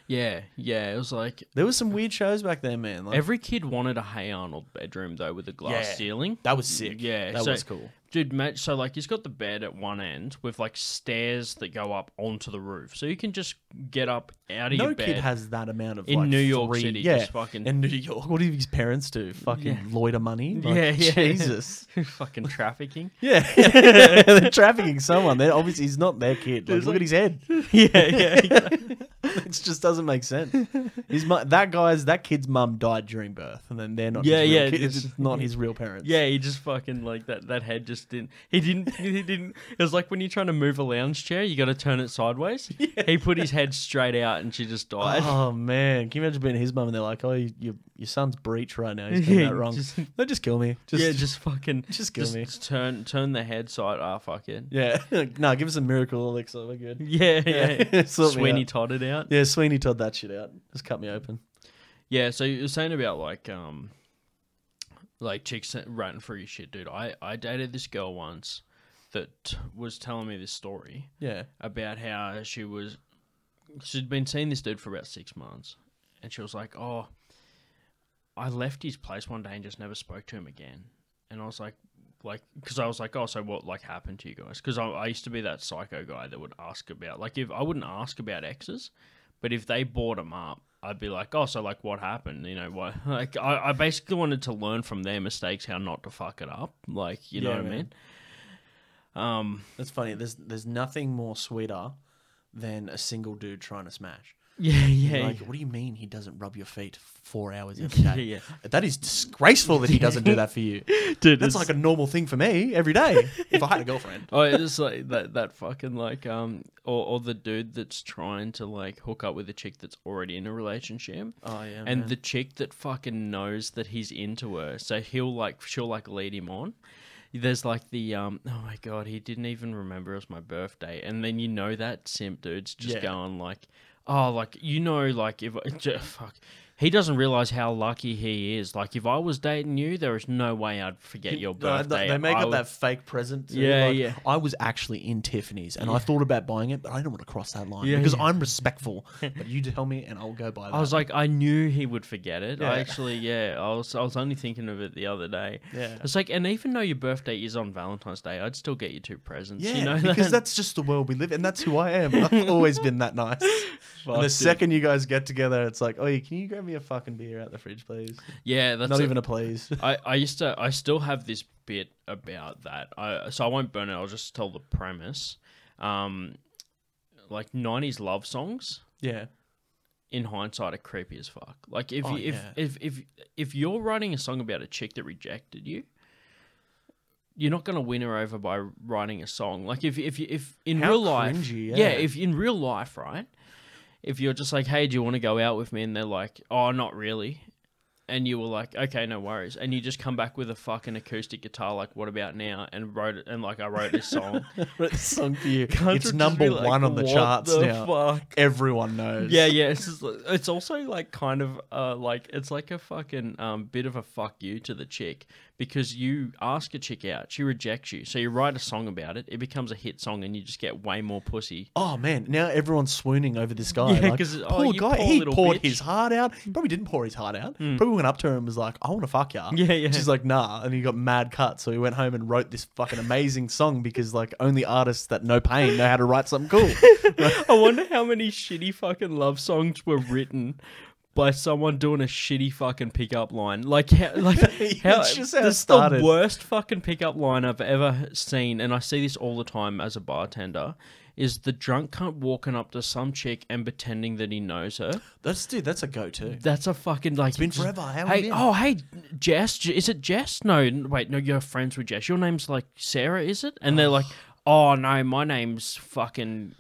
D: yeah, yeah. It was like
F: There was some weird shows back then, man. Like,
D: every kid wanted a Hey Arnold bedroom though with a glass
F: Yeah.
D: ceiling.
F: that was sick.
D: Yeah,
F: that
D: so-
F: was cool.
D: Dude, mate, so like he's got the bed at one end with like stairs that go up onto the roof, so you can just get up out of
F: No
D: your bed.
F: kid has that amount of
D: In
F: like,
D: New York
F: free-
D: City,
F: Yeah,
D: just fucking-
F: in New York. What do his parents do? Fucking
D: Yeah.
F: loiter money. Like,
D: Yeah, yeah.
F: Jesus.
D: fucking trafficking.
F: Yeah, they're trafficking someone. They're obviously he's not their kid. Like,
D: There's
F: look
D: like-
F: at his head.
D: yeah, yeah.
F: It just doesn't make sense. His mu- that guy's that kid's mum died during birth, and then they're not.
D: Yeah,
F: his real
D: yeah,
F: kid-
D: it's-
F: it's not his real parents.
D: Yeah, he just fucking like that. That head just didn't. He didn't. He didn't. It was like when you're trying to move a lounge chair, you got to turn it sideways. He put his head straight out, and she just died.
F: Oh man, can you imagine being his mum and they're like, "Oh, you, your your son's breech right now. He's
D: Yeah,
F: doing that wrong.
D: just-
F: no, just kill me. Just,
D: yeah, just fucking.
F: just kill me.
D: turn turn the head side. Ah, fuck it.
F: yeah. no, give us a miracle elixir. We're good.
D: Yeah, yeah.
F: Yeah, sort me
D: Sweeney
F: out.
D: Todd it out.
F: Yeah, Sweeney Todd that shit out. Just cut me open.
D: Yeah, so you were saying about like um like chicks ranting through your shit, dude. I I dated this girl once that was telling me this story
F: Yeah.
D: about how she was she'd been seeing this dude for about 6 months and she was like, "Oh, I left his place one day and just never spoke to him again." And I was like like because I was like, "Oh, so what like happened to you guys?" Because I, I used to be that psycho guy that would ask about like if I wouldn't ask about exes, but if they brought them up, I'd be like, oh, so like what happened? You know, what? Like I, I basically wanted to learn from their mistakes how not to fuck it up. Like you know
F: Yeah,
D: what I
F: man.
D: mean? Um,
F: That's funny. There's there's nothing more sweeter than a single dude trying to smash.
D: yeah, yeah,
F: Like, what do you mean he doesn't rub your feet four hours every
D: Yeah,
F: day?
D: yeah.
F: That is disgraceful that he doesn't do that for you.
D: dude.
F: That's like a normal thing for me every day if I had a girlfriend.
D: oh, it's like that that fucking like um or or the dude that's trying to like hook up with a chick that's already in a relationship.
F: Oh yeah,
D: and the chick that fucking knows that he's into her, so he'll like she'll like lead him on. There's like the um oh my god, he didn't even remember it was my birthday, and then you know that simp dude's just
F: Yeah.
D: going like, oh like you know like if j- fuck. He doesn't realize how lucky he is. Like, if I was dating you, there is no way I'd forget your
F: No, th-
D: birthday.
F: They make
D: I
F: up
D: would-
F: that fake present. too,
D: Yeah,
F: like,
D: yeah.
F: I was actually in Tiffany's and I thought about buying it, but I didn't want to cross that line
D: Yeah,
F: because
D: yeah.
F: I'm respectful. but you tell me, and I'll go buy that.
D: I was like, I knew he would forget it.
F: Yeah.
D: I actually, yeah, I was, I was only thinking of it the other day.
F: Yeah.
D: It's like, and even though your birthday is on Valentine's Day, I'd still get you two presents.
F: yeah,
D: you know
F: because
D: that?
F: that's just the world we live in. That's who I am. I've always been that nice. and the
D: dude.
F: second you guys get together, it's like, oh, yeah, can you grab me a fucking beer out the fridge, please?
D: yeah, that's
F: Not
D: it.
F: even a please.
D: I, I used to I still have this bit about that. I so I won't burn it. I'll just tell the premise. Um, like '90s love songs.
F: yeah.
D: in hindsight are creepy as fuck. Like if
F: Oh,
D: you, if,
F: yeah.
D: if if if you're writing a song about a chick that rejected you, you're not gonna win her over by writing a song. Like if if you- if in
F: How
D: real life,
F: cringy, yeah.
D: if in real life, right, if you're just like, hey, do you want to go out with me? And they're like, oh, not really. And you were like, okay, no worries. And you just come back with a fucking acoustic guitar, like, what about now? And wrote it, and like, I wrote this song.
F: Wrote this song for you.
D: I'd
F: It's
D: just
F: number
D: be like,
F: one on the
D: what
F: charts
D: the
F: now.
D: Fuck?
F: Everyone knows.
D: Yeah, yeah. It's just, it's also like kind of uh like it's like a fucking um bit of a fuck you to the chick because you ask a chick out, she rejects you, so you write a song about it, it becomes a hit song, and you just get way more pussy.
F: Oh man, now everyone's swooning over this guy.
D: Yeah,
F: like,
D: 'cause, oh,
F: poor
D: you
F: guy,
D: poor
F: he
D: little
F: poured
D: bitch. Hmm.
F: his heart out. He probably didn't pour his heart out. Probably went up to her and was like, "I want to fuck ya."
D: Yeah, yeah.
F: She's like, "Nah," and he got mad cut. So he went home and wrote this fucking amazing song because like only artists that know pain know how to write something cool.
D: I wonder how many shitty fucking love songs were written by someone doing a shitty fucking pickup line. Like how like how
F: That's just how it
D: this is the
F: started.
D: worst fucking pickup line I've ever seen and I see this all the time as a bartender is the drunk cunt walking up to some chick and pretending that he knows her.
F: that's dude. That's a go-to.
D: That's a fucking like it's
F: been forever. How have
D: hey,
F: you been?
D: oh hey, Jess, J- is it Jess? No, n- wait, no, you're friends with Jess. Your name's like Sarah, is it? And they're like, oh no, my name's fucking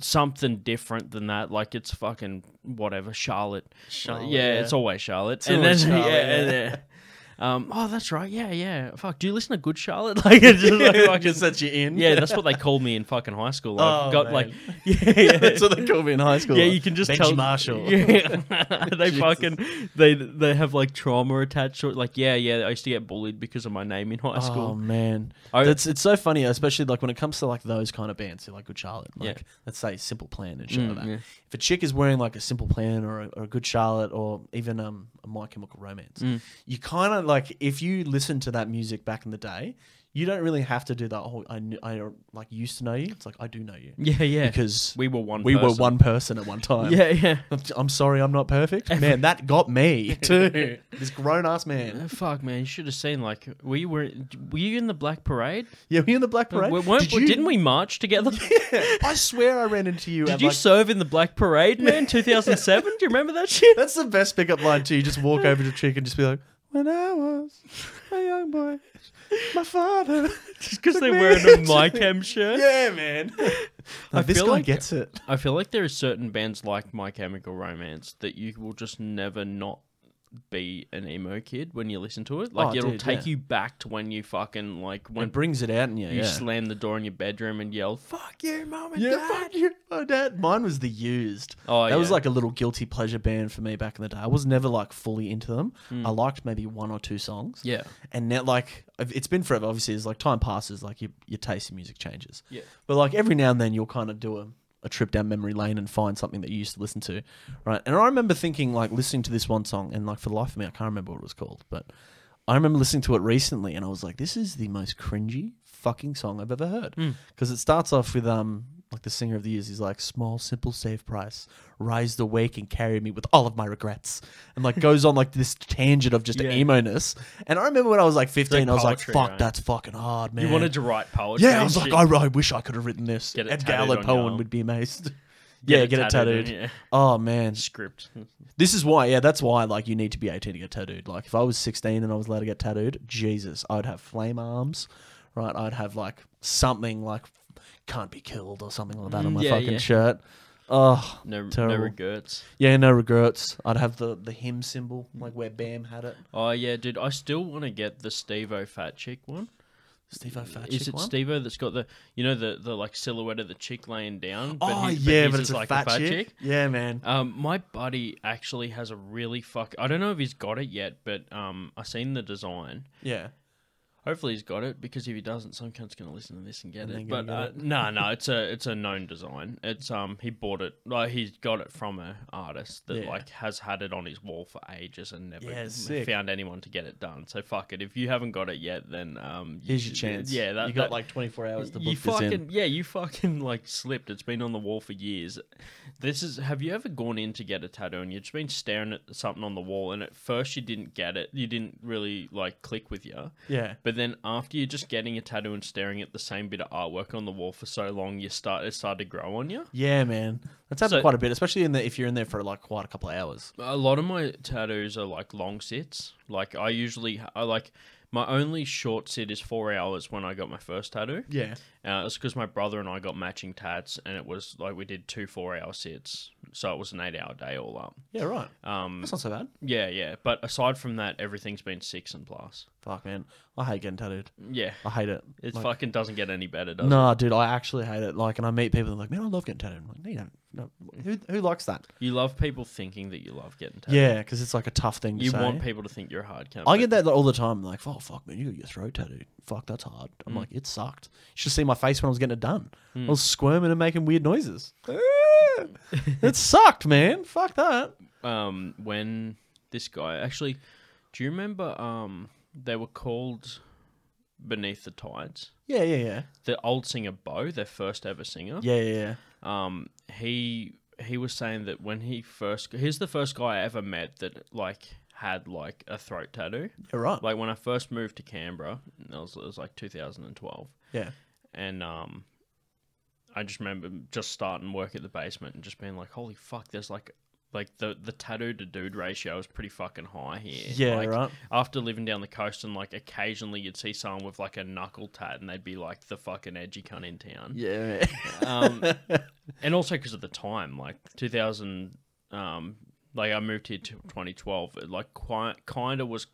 D: something different than that. Like it's fucking whatever, Charlotte. Charlotte yeah,
F: yeah.
D: it's always Charlotte.
F: always Charlotte,
D: yeah, and then- um, oh, that's right. Yeah, yeah. Fuck. Do you listen to Good Charlotte? Like, it's just like fucking-
F: just that you in.
D: yeah, that's what they called me in fucking high school. I
F: Oh,
D: got
F: man.
D: like, yeah, yeah.
F: that's what they called me in high school.
D: Yeah, you can just
F: Benji
D: tell
F: Marshall.
D: Yeah, they fucking they they have like trauma attached to it. Like, yeah, yeah, I used to get bullied because of my name in high
F: Oh
D: school.
F: man,
D: I-
F: that's it's so funny, especially like when it comes to like those kind of bands, so, like Good Charlotte, like
D: Yeah. Mm,
F: let's say Simple Plan and shit like that. If a chick is wearing like a Simple Plan or a, or a Good Charlotte or even um a My Chemical Romance,
D: Mm.
F: you kind of like if you listen to that music back in the day, you don't really have to do that. Oh, I knew, I like used to know you. It's like I do know you
D: Yeah, yeah.
F: because
D: we were one.
F: we were
D: person.
F: one person at one time.
D: Yeah, yeah.
F: I'm- I'm sorry, I'm not perfect. Man, that got me too. this grown ass man.
D: Uh, Fuck man, you should have seen like we were. Were you in the Black Parade?
F: Yeah, we in the Black Parade.
D: We weren't,
F: Did you-
D: Did not we march together?
F: I swear I ran into you.
D: Did
F: at
D: you
F: like-
D: serve in the Black Parade, man? Two thousand seven. Do you remember that shit?
F: That's the best pickup line too. You just walk over to a chick and just be like, "When I was a young boy, my father."
D: Just because they're wearing a MyChem shirt.
F: yeah, man.
D: I
F: this
D: feel
F: guy
D: like-
F: gets it.
D: I feel like there are certain bands like My Chemical Romance that you will just never not be an emo kid when you listen to it. Like
F: Oh,
D: it'll
F: dude,
D: take
F: yeah.
D: you back to when you fucking like when
F: It brings it out in you.
D: you
F: yeah.
D: slammed the door in your bedroom and yelled "fuck you, mom and
F: yeah,
D: dad."
F: fuck you, oh, dad. Mine was the used.
D: Oh,
F: that was
D: yeah.
F: like a little guilty pleasure band for me back in the day. I was never like fully into them. I liked maybe one or two songs.
D: Yeah.
F: and now like I've- it's been forever. Obviously, as like time passes, like your your taste in music changes.
D: Yeah.
F: but like every now and then you'll kind of do a a trip down memory lane and find something that you used to listen to, right? And I remember thinking like listening to this one song and like for the life of me I can't remember what it was called, but I remember listening to it recently and I was like, this is the most cringy fucking song I've ever heard
D: Hmm.
F: because it starts off with um like the singer of the years he's like small simple save price rise the wake and carry me with all of my regrets and like goes on like this tangent of just
D: Yeah.
F: emo ness and i remember when i was like 15 i was like
D: poetry,
F: fuck
D: right?
F: that's fucking hard man
D: You wanted to write poetry.
F: yeah, I
D: and
F: was like,
D: shit.
F: I, I wish I could have written this.
D: Get it
F: Edgar
D: tattooed
F: Allan
D: on your
F: Poe
D: arm.
F: would be amazed. yeah, get it tattooed.
D: Yeah.
F: Oh man,
D: Script.
F: this is why. Yeah, that's why. Like, you need to be eighteen to get tattooed. Like, if I was sixteen and I was allowed to get tattooed, Jesus, I'd have flame arms, right? I'd have like something like "can't be killed" or something like that on my
D: Mm, yeah,
F: fucking
D: yeah.
F: shirt. Oh
D: No, no
F: Terrible.
D: regrets.
F: yeah, no regrets. I'd have the the hymn symbol, like where Bam had it.
D: Oh yeah, dude. I still want to get the Stevo fat chick one.
F: Steve O. Fat
D: Is
F: chick
D: it
F: one?
D: Stevo that's got the you know the the like silhouette of the chick laying down?
F: Oh
D: his-
F: yeah,
D: his
F: but
D: is
F: it's a fat, chick. Yeah, man.
D: Um, my buddy actually has a really fuck. I don't know if he's got it yet, but um, I seen the design.
F: Yeah.
D: Hopefully he's got it because if he doesn't, some cunt's gonna listen to this and get
F: they're
D: it.
F: gonna
D: But uh,
F: get
D: no, no, it's a it's a known design. It's um he bought it like he's got it from a artist that
F: Yeah.
D: like has had it on his wall for ages and never
F: Yeah, sick.
D: found anyone to get it done. So fuck it. If you haven't got it yet, then um
F: Here's your
D: should-
F: chance.
D: Yeah, that,
F: you got
D: that-
F: like 24 hours to book
D: you
F: this in.
D: fucking yeah, you fucking like slipped. It's been on the wall for years. This is. Have you ever gone in to get a tattoo and you've just been staring at something on the wall and at first you didn't get it, you didn't really like click with you.
F: Yeah.
D: But then after you're just getting a tattoo and staring at the same bit of artwork on the wall for so long, you start it started to grow on you.
F: Yeah, man, that's happened
D: So-
F: quite a bit, especially in the, if you're in there for like quite a couple of hours.
D: A lot of my tattoos are like long sits. Like I usually, I like my only short sit is four hours when I got my first tattoo.
F: Yeah,
D: Uh, it's because my brother and I got matching tats, and it was like we did two four-hour sits, so it was an eight-hour day all up.
F: yeah, right. Um, that's not so bad.
D: Yeah, yeah. But aside from that, everything's been six and plus.
F: Fuck, man, I hate getting tattooed.
D: Yeah,
F: I hate it.
D: it
F: Like-
D: fucking doesn't get any better, does
F: Nah, dude, I actually hate it. Like, and I meet people that are like, man, I love getting tattooed. I'm like, no, you don't. No, who, who likes that?
D: it? You love people thinking that you love getting tattoos.
F: Yeah, because it's like a tough thing to
D: you
F: say.
D: want people to think you're a hard cunt.
F: I
D: but-
F: get that all the time. Like, oh fuck, man, you got your throat tattooed. Fuck, that's hard.
D: Mm.
F: I'm like, it sucked. You should see my face when I was getting it done. I was squirming and making weird noises. it sucked, man. Fuck that.
D: um, when this guy actually Do you remember um they were called Beneath the Tides?
F: Yeah, yeah, yeah.
D: The old singer Bo, their first ever singer.
F: Yeah, yeah, yeah.
D: Um he he was saying that when he first he's the first guy I ever met that like had like a throat tattoo.
F: You're right.
D: Like when I first moved to Canberra, and that was, it was like 2012,
F: yeah.
D: and um, I just remember just starting work at the basement and just being like, "Holy fuck!" There's like, like the the tattoo to dude ratio is pretty fucking high here.
F: Yeah,
D: like,
F: right.
D: After living down the coast and like occasionally you'd see someone with like a knuckle tat and they'd be like the fucking edgy cunt in town.
F: Yeah.
D: Um, and also because of the time, like 2000, um, like I moved here to 2012. It like quite kind of was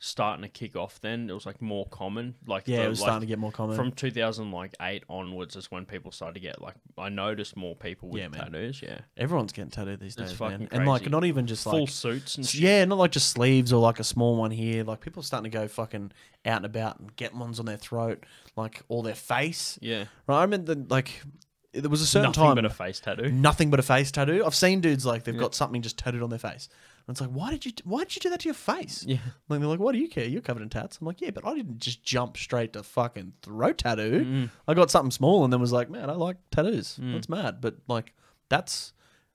D: starting to kick off. Then it was like more common. Like
F: Yeah,
D: the,
F: it was
D: like,
F: starting to get more common.
D: From 2008 onwards is when people started to get like I noticed more people with
F: Yeah, man.
D: tattoos. Yeah,
F: Everyone's getting tattooed these days,
D: It's
F: man.
D: fucking
F: And like,
D: crazy.
F: not even just like
D: full suits and
F: s-
D: shit.
F: yeah, not like just sleeves or like a small one here. Like people are starting to go fucking out and about and get ones on their throat, like all their face.
D: yeah.
F: Right? I remember the, like there was a certain
D: Nothing
F: time
D: but a face tattoo.
F: nothing but a face tattoo. I've seen dudes like they've got something just tattooed on their face. And it's like, why did you why did you do that to your face?
D: Yeah.
F: Like they're like, what do you care? You're covered in tats. I'm like, yeah, but I didn't just jump straight to fucking throat tattoo. I got something small and then was like, man, I like tattoos.
D: Mm.
F: That's mad. But like, that's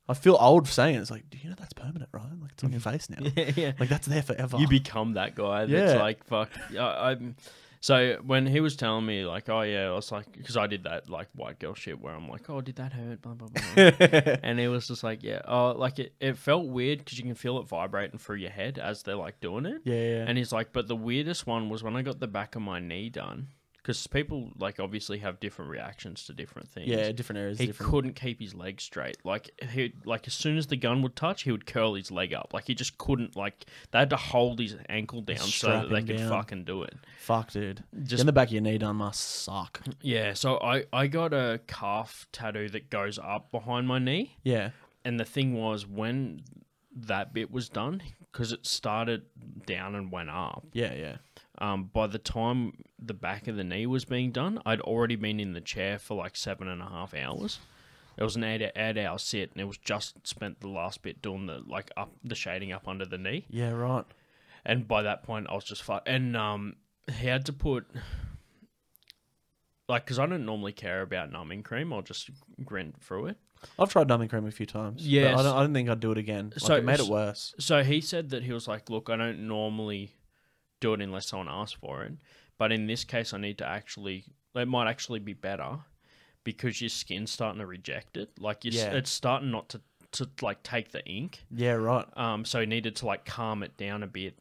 F: I feel old for saying it. it's like, do you know that's permanent, right? Like it's on your face now.
D: Mm. yeah.
F: Like that's there forever.
D: You become that guy that's
F: Yeah.
D: like, fuck. I, I'm. So when he was telling me like, oh yeah, I was like, because I did that like white girl shit where I'm like, oh, did that hurt? Blah blah blah. and he was just like, yeah, oh, like it, it felt weird because you can feel it vibrating through your head as they're like doing it.
F: yeah, yeah.
D: And he's like, but the weirdest one was when I got the back of my knee done because people like obviously have different reactions to different things.
F: yeah, different areas.
D: He
F: different.
D: couldn't keep his leg straight. Like he, like as soon as the gun would touch, he would curl his leg up. Like he just couldn't. Like they had to hold his ankle down so
F: strap
D: that they
F: him
D: could
F: down.
D: fucking do it.
F: Fuck, dude.
D: Just-
F: Just in the back of your knee done must suck.
D: Yeah. So I, I got a calf tattoo that goes up behind my knee,
F: Yeah.
D: and the thing was when that bit was done because it started down and went up.
F: Yeah, yeah.
D: Um, by the time the back of the knee was being done, I'd already been in the chair for like seven and a half hours. It was an eight, eight hour sit, and it was just spent the last bit doing the like up the shading up under the knee.
F: Yeah, right.
D: And by that point, I was just fucked. And um, he had to put like because I don't normally care about numbing cream. I'll just grin through it.
F: I've tried numbing cream a few times. Yeah,
D: Yes.
F: I don't, I don't think I'd do it again. Like,
D: So-
F: it made it worse.
D: So he said that he was like, "Look, I don't normally do it unless someone asks for it, but in this case, I need to actually. It might actually be better because your skin's starting to reject it. Like you're,
F: Yeah.
D: it's starting not to to like take the ink.
F: Yeah, right.
D: Um, so he needed to like calm it down a bit.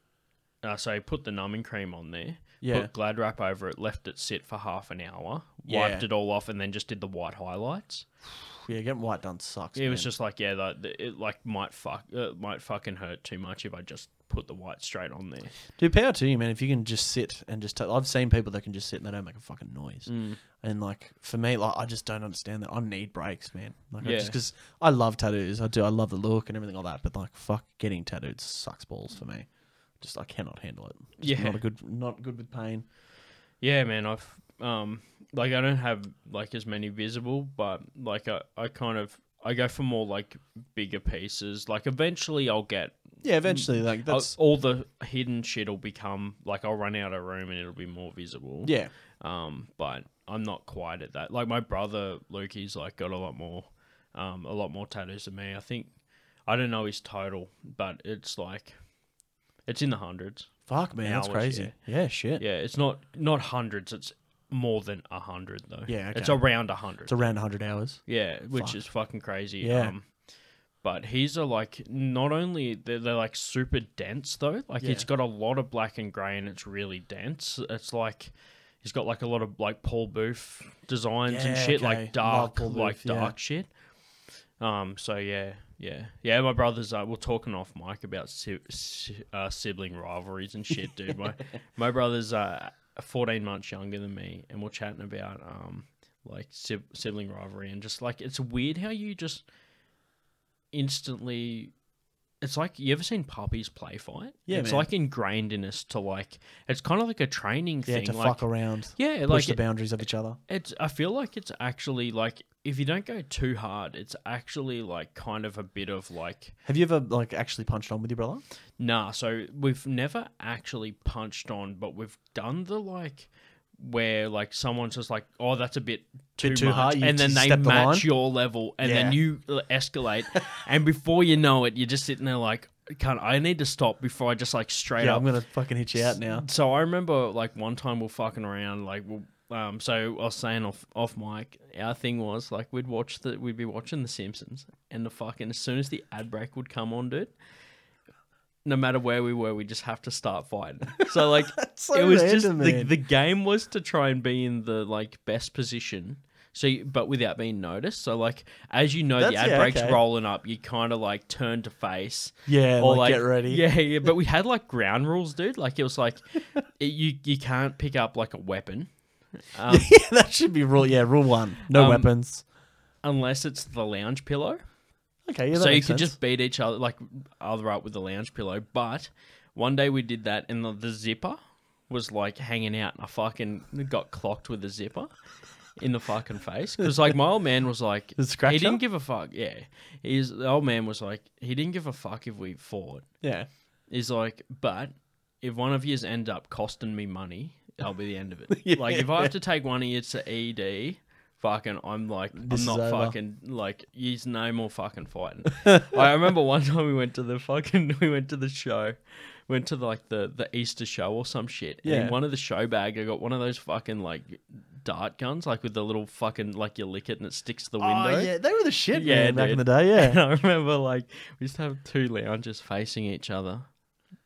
D: Uh, so he put the numbing cream on there.
F: Yeah.
D: Put Glad wrap over it, left it sit for half an hour,
F: Yeah.
D: wiped it all off, and then just did the white highlights.
F: Yeah, getting white done sucks.
D: It was
F: man.
D: just like, yeah, like, the, it like might fuck, uh, might fucking hurt too much if I just put the white straight on there.
F: dude, power to you, man. If you can just sit and just, i I've seen people that can just sit and they don't make a fucking noise.
D: Mm.
F: And like for me, like I just don't understand that. I need breaks, man. Like I
D: Yeah.
F: just because I love tattoos, I do. I love the look and everything like that. But like, fuck, getting tattooed sucks balls for me. Just I cannot handle it. Just
D: Yeah.
F: not a good, not good with pain.
D: Yeah, man, I've um, like I don't have like as many visible, but like I, I kind of I go for more like bigger pieces. Like eventually I'll get
F: Yeah, eventually, like
D: Mm. I'll-
F: that's
D: all the hidden shit will become like I'll run out of room and it'll be more visible.
F: yeah,
D: Um, but I'm not quite at that. Like my brother Lukey's like got a lot more, um, a lot more tattoos than me. I think I don't know his total, but it's like it's in the hundreds.
F: fuck, man, that's
D: Hours,
F: crazy. Yeah, shit.
D: Yeah, it's not not hundreds. It's more than a hundred though.
F: Yeah,
D: it's
F: okay.
D: around a hundred.
F: It's around 100 hours.
D: Yeah, which is fucking crazy.
F: Yeah.
D: Um, but his are like not only they're, they're like super dense though. Like it's got a lot of black and grey and it's really dense. It's like he's got like a lot of like Paul Booth designs and
F: Yeah,
D: shit,
F: okay.
D: like
F: Love
D: dark,
F: Paul Booth,
D: like
F: yeah.
D: dark shit. Um. So yeah, yeah, yeah. My brothers uh, we're talking off mic about si- si- uh, sibling rivalries and shit, dude. My my brothers are fourteen months younger than me, and we're chatting about um like sib- sibling rivalry and just like it's weird how you just instantly it's like you ever seen puppies play fight?
F: Yeah,
D: it's
F: man.
D: like ingrained in us to like. It's kind of like a training
F: Yeah,
D: thing.
F: to
D: like,
F: fuck around,
D: Yeah,
F: push
D: like
F: the
D: it-
F: boundaries of each other.
D: It's. I feel like it's actually like if you don't go too hard, it's actually like kind of a bit of like
F: Have you ever like actually punched on with your brother?
D: nah. So we've never actually punched on, but we've done the like where like someone's just like, oh, that's a bit too,
F: too
D: much,
F: hard, you
D: and then
F: just
D: they
F: step the line?
D: match your level, and then
F: Yeah.
D: you l- escalate, and before you know it, you're just sitting there like, can't I need to stop before I just like straight
F: Yeah,
D: up
F: I'm gonna fucking hit you out now.
D: So I remember like one time we are fucking around, like we um. So I was saying off off mic, our thing was like we'd watch the we'd be watching The Simpsons, and the fucking as soon as the ad break would come on, dude. No matter where we were, we just have to start fighting. So like,
F: so
D: it was
F: random,
D: just the,
F: man.
D: the game was to try and be in the like best position. So, you, but without being noticed. So like, as you know, the
F: That's-
D: ad
F: yeah,
D: breaks
F: okay.
D: rolling up, you kind of like turn to face.
F: Yeah, like, get ready.
D: Yeah, yeah, but we had like ground rules, dude. Like it was like it, you you can't pick up like a weapon
F: yeah, that should be rule. Yeah, rule one: no
D: Um,
F: weapons.
D: unless it's the lounge pillow.
F: Okay, yeah, that
D: so you
F: makes
D: could
F: sense.
D: just beat each other like other up with the lounge pillow. But one day we did that, and the, the zipper was like hanging out, and I fucking got clocked with the zipper. In the fucking face, because like my old man was like,
F: The scratcher?
D: he didn't give a fuck. Yeah, his the old man was like, he didn't give a fuck if we fought.
F: yeah.
D: is like, but if one of yous end up costing me money, that'll be the end of it. Like if I have to take one of you to ED, fucking, I'm like,
F: This is
D: I'm not
F: over.
D: fucking like, he's no more fucking fighting. I remember one time we went to the fucking, we went to the show, went to like the the Easter show or some shit. And
F: Yeah.
D: in one of the show bag, I got one of those fucking like dart guns, like with the little fucking like you lick it and it sticks to the window.
F: Oh, yeah, they were the shit,
D: Yeah,
F: man, back in the
D: dude.
F: day. Yeah,
D: And I remember like we used to have two lounges facing each other,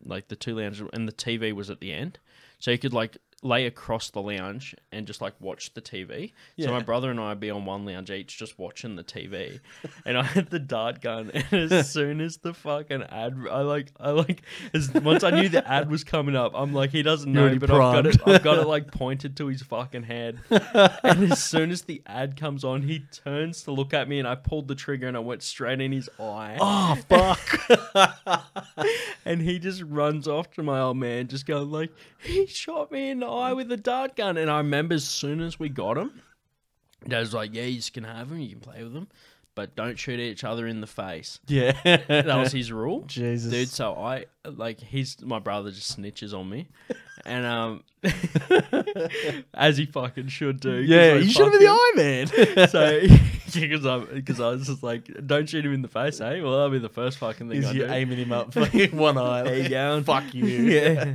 D: like the two lounges, and the TV was at the end, so you could like lay across the lounge and just like watch the TV.
F: Yeah.
D: So my brother and I would be on one lounge each, just watching the TV, and I had the dart gun. And as soon as the fucking ad, I like, I like, as once I knew the ad was coming up, I'm like, he doesn't
F: You're
D: know,
F: already
D: but I've got it,
F: primed.
D: I've got it like pointed to his fucking head. And as soon as the ad comes on, he turns to look at me, and I pulled the trigger and I went straight in his eye.
F: Oh fuck!
D: And he just runs off to my old man, just going like, "He shot me in the eye with a dart gun." And I remember as soon as we got him, Dad's like, "Yeah, you can have him, you can play with him, but don't shoot each other in the face."
F: yeah,
D: That was his rule.
F: Jesus.
D: dude. So I like he's my brother just snitches on me, and um, as he fucking should do. 'cause
F: yeah.
D: I
F: You should have been the
D: fucking-
F: eye man.
D: so because I because I was just like, don't shoot him in the face, eh? Well, that'll be the first fucking thing I
F: Is you
D: do.
F: aiming him up fucking one eye?
D: There you
F: like,
D: go.
F: Fuck you.
D: yeah,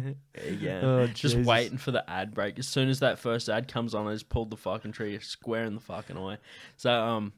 D: yeah.
F: Oh,
D: just
F: Jesus.
D: waiting for the ad break. As soon as that first ad comes on, I just pulled the fucking trigger square in the fucking eye. So um,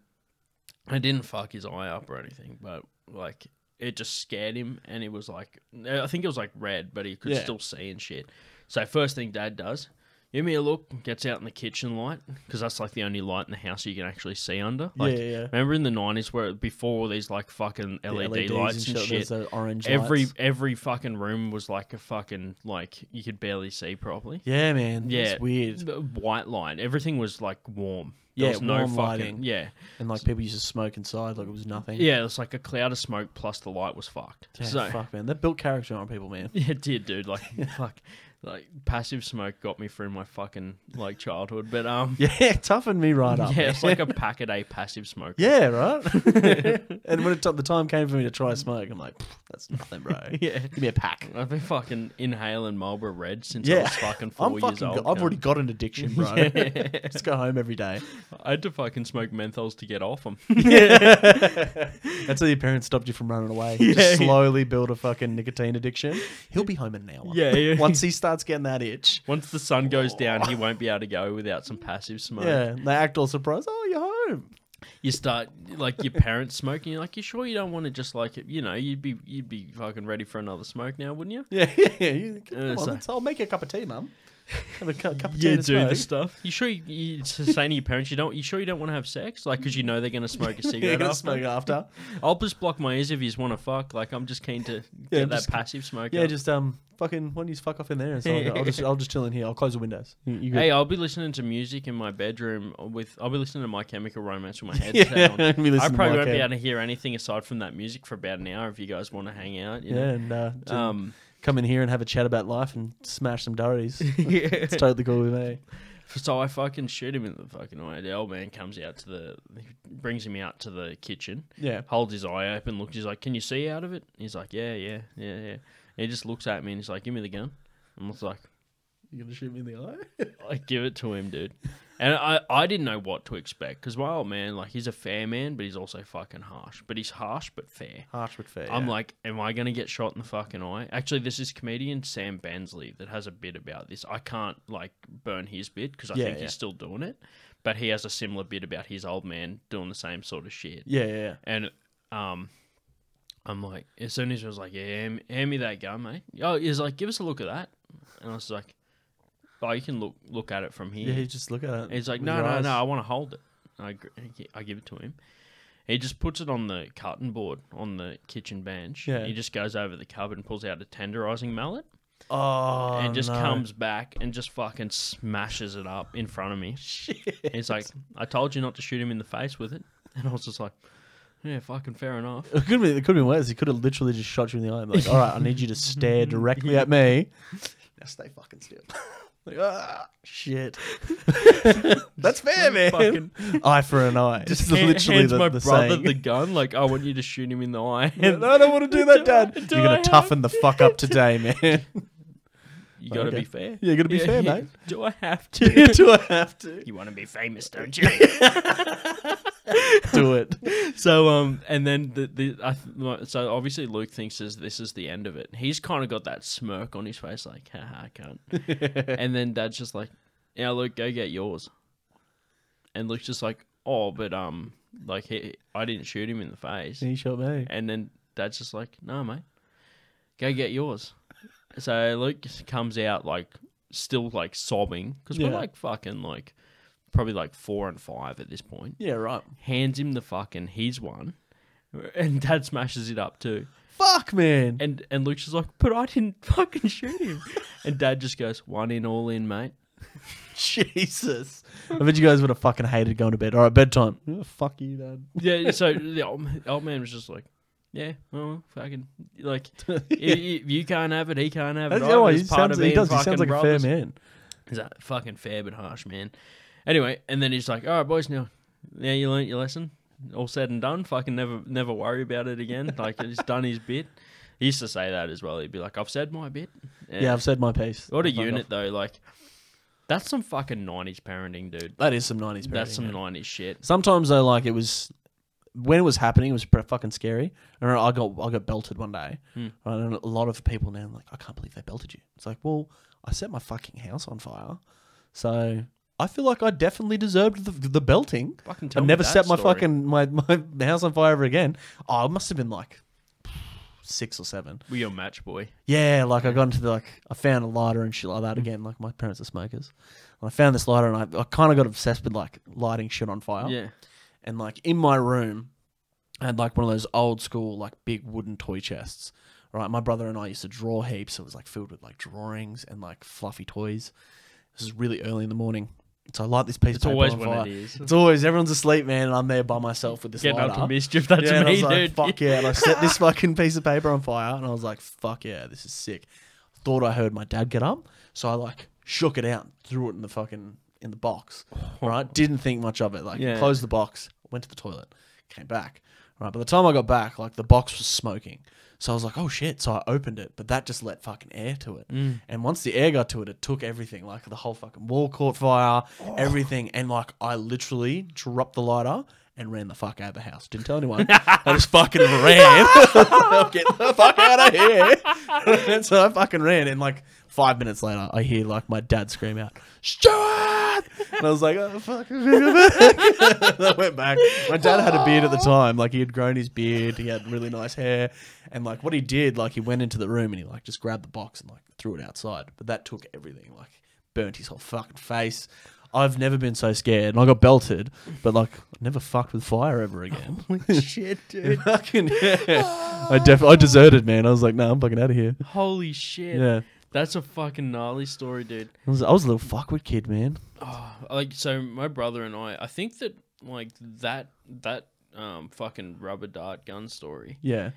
D: I didn't fuck his eye up or anything, but like it just scared him, and it was like I think it was like red, but he could
F: Yeah.
D: still see and shit. So first thing Dad does. Give me a look. Gets out in the kitchen light because that's like the only light in the house you can actually see under. Like,
F: Yeah, yeah.
D: Remember in the nineties where before all these like fucking
F: The E
D: LED
F: LEDs
D: E lights and,
F: there's
D: shit,
F: the orange.
D: every
F: lights.
D: every fucking room was like a fucking like you could barely see properly.
F: Yeah, man.
D: Yeah,
F: It's weird.
D: The White line. Everything was like warm. There
F: Yeah,
D: was no
F: warm
D: fucking
F: lighting.
D: yeah,
F: And like people used to smoke inside, like it was nothing.
D: yeah. It was like a cloud of smoke plus the light was fucked.
F: Yeah,
D: so
F: fuck, man. That built character on people, man.
D: yeah, it did dude. Like fuck, like passive smoke got me through my fucking like childhood. But um,
F: Yeah, toughened me right up.
D: yeah,
F: man.
D: it's like a pack a day passive smoke.
F: Yeah, right. and when it t- the time came for me to try smoke, I'm like, "Pff, that's nothing, bro.
D: yeah.
F: Give me a pack.
D: I've been fucking inhaling Marlboro Red since I
F: Yeah.
D: was fucking 4
F: I'm
D: years
F: fucking.
D: old.
F: go- I've
D: cunt.
F: already got an addiction, bro. Just go home every day.
D: I had to fucking smoke menthols to get off them.
F: Until your parents stopped you from running away. Just slowly build a fucking nicotine addiction. He'll be home in an hour.
D: Yeah, yeah.
F: Once he starts getting that itch.
D: Once the sun goes down, he won't be able to go without some passive smoke.
F: Oh. Yeah, they act all surprised. Oh, you're home.
D: You start like your parents smoking. You're like, you sure you don't want to just like you know you'd be you'd be fucking ready for another smoke now, wouldn't you?
F: Yeah, yeah. You, come
D: Uh,
F: on,
D: so-
F: let's- I'll make you a cup of tea, mum. Have a cu- cup of tea
D: Yeah,
F: and a
D: do
F: smoke.
D: this stuff. You sure you, you saying to your parents you don't? You sure you don't want to have sex? Like, cause you know they're gonna smoke a
F: Yeah,
D: cigarette.
F: gonna
D: after?
F: smoke after.
D: I'll just block my ears if you want to fuck. Like, I'm just keen to
F: Yeah,
D: get that
F: just-
D: passive smoke.
F: Yeah,
D: up.
F: just um, fucking, why don't you just fuck off in there? And so I'll, I'll just, I'll just chill in here. I'll close the windows. You, you
D: Hey, I'll be listening to music in my bedroom with. I'll be listening to My Chemical Romance with my headset
F: yeah,
D: on.
F: I probably
D: I probably won't be able to hear anything aside from that music for about an hour if you guys want to hang out. You
F: Yeah, and uh,
D: Know?
F: um,
D: Um,
F: come in here and have a chat about life and smash some durries.
D: yeah.
F: it's totally cool with me.
D: So I fucking shoot him in the fucking eye. The old man comes out to the, he brings him out to the kitchen,
F: Yeah.
D: holds his eye open, looks. He's like, "Can you see out of it?" He's like, "Yeah, yeah, yeah, yeah." And he just looks at me and he's like, "Give me the gun." I'm just like,
F: You're gonna shoot me in the eye?
D: I give it to him, dude. And I, I didn't know what to expect because my old man, like, he's a fair man, but he's also fucking harsh. But he's harsh but fair.
F: Harsh but fair.
D: I'm
F: yeah.
D: like, am I going to get shot in the fucking eye? Actually, this is comedian Sam Bansley that has a bit about this. I can't, like, burn his bit because I
F: Yeah,
D: think
F: yeah.
D: he's still doing it. But he has a similar bit about his old man doing the same sort of shit.
F: yeah, yeah, yeah.
D: And um, I'm like, as soon as he was like, yeah, hand, hand me that gun, mate. Oh, he's like, give us a look at that. And I was like, oh, you can look look at it from here.
F: Yeah, you just look at it.
D: He's like,
F: with
D: no,
F: your
D: no,
F: eyes.
D: no, I want to hold it. And I, gr- I give it to him. He just puts it on the cutting board on the kitchen bench.
F: Yeah.
D: He just goes over the cupboard and pulls out a tenderizing mallet
F: Oh,
D: and just
F: no.
D: comes back and just fucking smashes it up in front of me. Shit. He's like, I told you not to shoot him in the face with it. And I was just like, yeah, fucking fair enough.
F: It could have been, it could have been worse. He could have literally just shot you in the eye. and be Like, all right, I need you to stare directly at me. Now stay fucking still. like, ah, shit. That's fair, man.
D: fucking-
F: eye for an eye. Just
D: Hand-
F: literally
D: hands
F: the,
D: my
F: the
D: brother
F: saying.
D: the gun. Like, I want you to shoot him in the eye.
F: Yeah, no, I don't want to do that, Dad.
D: do
F: You're
D: I
F: gonna
D: have-
F: toughen the fuck up today, man.
D: you got to
F: Okay.
D: be fair.
F: You're gonna be
D: Yeah,
F: fair,
D: yeah.
F: mate.
D: Do I have to?
F: do I have to
D: You want to be famous, don't you?
F: do it?
D: so um, and then the the I, th- so obviously Luke thinks is this is the end of it. He's kind of got that smirk on his face, like haha, I can't. and then Dad's just like, "Now Luke, go get yours." And Luke's just like, "Oh, but um, like he, I didn't shoot him in the face."
F: He shot me.
D: And then Dad's just like, "No, mate, go get yours." So Luke comes out like still like sobbing because
F: Yeah.
D: we're like fucking like probably like four and five at this point
F: Yeah, right.
D: hands him the fucking he's one, and Dad smashes it up too.
F: Fuck, man.
D: And and Luke's just like, but I didn't fucking shoot him. and Dad just goes, one in, all in, mate.
F: Jesus. I bet you guys would have fucking hated going to bed. All right, bedtime. Oh, fuck you, Dad.
D: Yeah. So the old, the old man was just like. Yeah, well, fucking like if, if you can't have it, he can't have it.
F: That's,
D: either.
F: oh, he
D: It's part
F: sounds,
D: of
F: he
D: being
F: does. He
D: fucking
F: sounds like a
D: brothers.
F: fair man.
D: He's like, fucking fair but harsh, man. Anyway, and then he's like, all right, boys, now, now you learnt your lesson. All said and done. Fucking never, never worry about it again. Like he's done his bit. He used to say that as well. He'd be like, I've said my bit.
F: Yeah. I've said my piece.
D: What a
F: Fuck off.
D: unit though. Like that's some fucking nineties parenting, dude.
F: That is some 90s parenting.
D: That's some
F: man.
D: nineties shit.
F: Sometimes though, like it was when it was happening, it was pre- fucking scary. I remember I got I got belted one day,
D: Hmm.
F: right? and a lot of people now are like I can't believe they belted you. It's like, well, I set my fucking house on fire, so I feel like I definitely deserved the, the belting.
D: Fucking
F: I
D: tell me
F: never
D: that
F: set my
D: story.
F: fucking my, my house on fire ever again. Oh, I must have been like six or seven.
D: Were you a match boy?
F: Yeah, like I got into the like I found a lighter and shit like
D: Mm.
F: that again. Like my parents are smokers, and I found this lighter and I, I kind of got obsessed with like lighting shit on fire
D: Yeah.
F: and like in my room I had like one of those old school like big wooden toy chests right my brother and i used to draw heaps it was like filled with like drawings and like fluffy toys this is really early in the morning so i light this piece
D: It's
F: of paper
D: always
F: on
D: when
F: fire.
D: it is.
F: it's always everyone's asleep man and i'm there by myself with this
D: Getting
F: lighter
D: up to mischief, that's
F: yeah, and I
D: me,
F: was like,
D: dude.
F: fuck yeah. And I set this fucking piece of paper on fire and I was like, fuck yeah, this is sick. Thought I heard my dad get up. So I like shook it out, threw it in the fucking in the box. Right? Didn't think much of it. Like
D: Yeah.
F: closed the box, went to the toilet, came back. Right. By the time I got back, like the box was smoking. So I was like, oh shit. So I opened it, but that just let fucking air to it. And once the air got to it, it took everything. Like the whole fucking wall caught fire, everything. And like I literally dropped the lighter and ran the fuck out of the house. Didn't tell anyone. I just fucking ran. I'm getting the fuck out of here. and so I fucking ran. And like five minutes later, I hear like my dad scream out, Stuart! And I was like, oh, fuck. And I went back. My dad had a beard at the time. Like he had grown his beard. He had really nice hair. And like what he did, like he went into the room and he like just grabbed the box and like threw it outside. But that took everything. Like burnt his whole fucking face. I've never been so scared, and I got belted, but like never fucked with fire ever again.
D: Holy shit, dude.
F: fucking yeah. I definitely I deserted, man. I was like, no, nah, I'm fucking out of here.
D: Holy shit.
F: Yeah,
D: That's a fucking gnarly story, dude.
F: I was, I was a little fuckwit kid, man.
D: Oh, like so my brother and I I think that like that that um fucking rubber dart gun story
F: Yeah,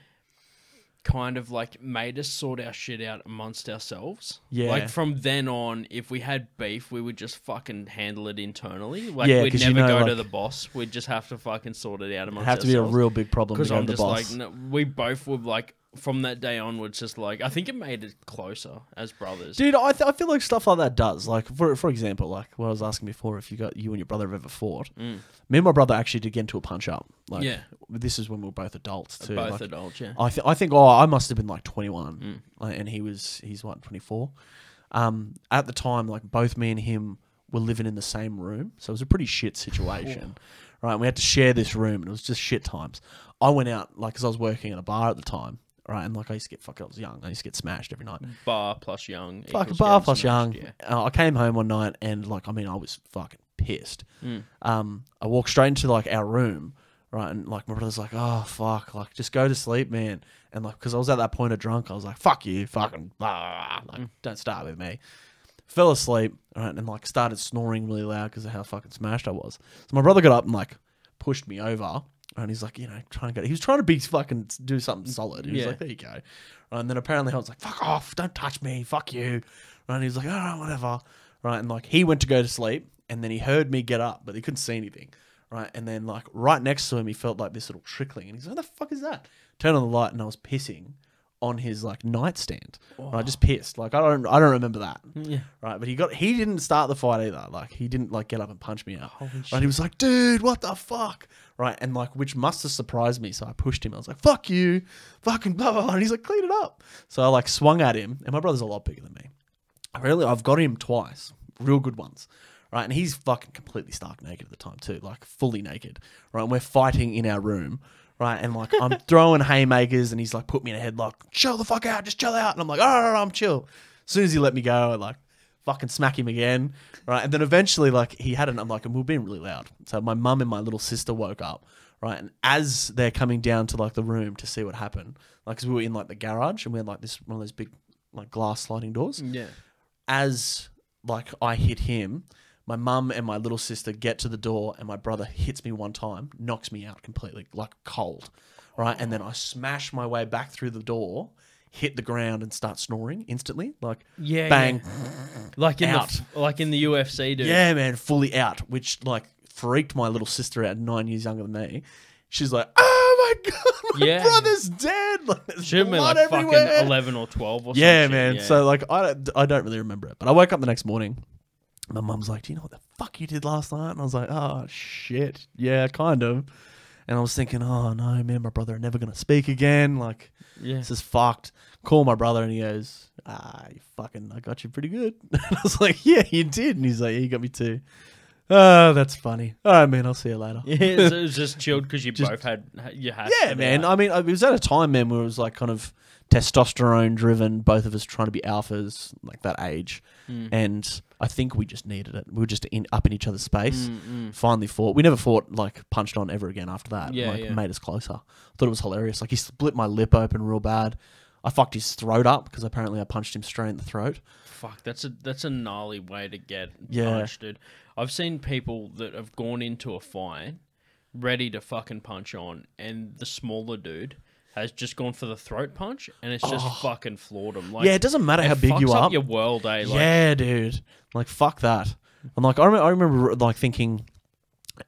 D: kind of like made us sort our shit out amongst ourselves.
F: Yeah.
D: Like from then on, if we had beef, we would just fucking handle it internally. Like
F: Yeah,
D: we'd
F: 'cause
D: never
F: you know,
D: go to
F: like-
D: the boss. We'd just have to fucking sort it out amongst
F: have to be a
D: ourselves.
F: real big problem
D: because
F: because
D: I'm
F: the
D: just
F: boss.
D: like no, we both were like from that day onwards, just like I think it made it closer as brothers.
F: Dude, I, th- I feel like stuff like that does. Like, for for example, like what I was asking before, if you got you and your brother have ever fought,
D: Mm.
F: me and my brother actually did get into a punch up. Like,
D: Yeah.
F: this is when we were both adults too.
D: Both
F: like,
D: adults, yeah.
F: I th- I think oh I must have been like 21, like, and he was he's what 24. Um, at the time, like both me and him were living in the same room, so it was a pretty shit situation, right? We had to share this room, and it was just shit times. I went out like because I was working in a bar at the time, right? And like I used to get fuck, I was young, I used to get smashed every night.
D: Bar plus young.
F: Fucking
D: equals
F: bar
D: getting
F: plus
D: smashed,
F: young.
D: Yeah.
F: Uh, I came home one night and like I mean I was fucking pissed.
D: Mm.
F: Um, I walked straight into like our room, right, and like my brother's like, oh fuck, like just go to sleep, man, and like because I was at that point of drunk, I was like, fuck you, fucking, blah,
D: Mm.
F: like don't start with me. Fell asleep, right, and like started snoring really loud because of how fucking smashed I was. So my brother got up and like pushed me over. And he's like, you know, trying to go. He was trying to be fucking do something solid. He was
D: Yeah.
F: like, there you go. Right, and then apparently I was like, fuck off, don't touch me, fuck you. Right, and he was like, all right, whatever. Right, and like he went to go to sleep, and then he heard me get up, but he couldn't see anything. Right, and then like right next to him, he felt like this little trickling, and he's like, what the fuck is that? Turn on the light, and I was pissing on his like nightstand. And I just pissed. Like I don't, I don't remember that. Yeah. Right, but he got, he didn't start the fight either. Like he didn't like get up and punch me out. right, he was like, dude, what the fuck? Right, and like which must have surprised me. So I pushed him. I was like, fuck you, fucking blah blah. blah. And he's like, clean it up. So I like swung at him, and my brother's a lot bigger than me. I really, I've got him twice, real good ones, right? And he's fucking completely stark naked at the time too, like fully naked, right? And we're fighting in our room, right? And like I'm throwing haymakers, and he's like, put me in a headlock, chill the fuck out, just chill out, and I'm like, all right, all right, I'm chill. As soon as he let me go, I like fucking smack him again, right? And then eventually, like he had an, I'm like, and we we're being really loud, so my mum and my little sister woke up. Right, and as they're coming down to like the room to see what happened, like 'cause we were in like the garage and we had like this one of those big like glass sliding doors,
D: Yeah.
F: as like I hit him, my mum and my little sister get to the door, and my brother hits me one time, knocks me out completely, like cold, right? And then I smash my way back through the door, hit the ground, and start snoring instantly, like
D: Yeah.
F: bang,
D: Like in
F: Out.
D: the like in the UFC, dude.
F: yeah, man, fully out, which like freaked my little sister out, nine years younger than me. She's like, "Oh my god, my
D: Yeah.
F: brother's dead! Like, there's
D: Should have been
F: blood
D: like
F: everywhere!"
D: fucking eleven or twelve or
F: yeah,
D: some shit,
F: man. So like, I don't, I don't really remember it, but I woke up the next morning. My mum's like, "Do you know what the fuck you did last night?" And I was like, "Oh shit, yeah, kind of." And I was thinking, "Oh no, me and my brother are never gonna speak again. Like,
D: yeah.
F: this is fucked." Call my brother, and he goes, "Ah, you fucking, I got you pretty good." And I was like, "Yeah, you did." And he's like, yeah, "You got me too." Oh, that's funny. All right, man. I'll see you later.
D: Yeah, so it was just chilled because you
F: Just-
D: both had you had.
F: Yeah, man. I mean, I- it was at a time, man, where it was like kind of testosterone driven, both of us trying to be alphas, like that age.
D: Mm.
F: And I think we just needed it. We were just in, up in each other's
D: Mm,
F: space. Finally fought. We never fought, like, punched on ever again after that.
D: Yeah,
F: like,
D: yeah.
F: made us closer. I thought it was hilarious. Like, he split my lip open real bad. I fucked his throat up because apparently I punched him straight in the throat.
D: Fuck, that's a that's a gnarly way to get
F: Yeah.
D: punched, dude. I've seen people that have gone into a fight ready to fucking punch on, and the smaller dude has just gone for the throat punch, and it's just fucking floored him. Like,
F: Oh. yeah, it doesn't matter how big
D: fucks
F: you
D: up
F: are.
D: Your world, eh? Like,
F: yeah, dude. Like fuck that. I'm like I remember, I remember like thinking,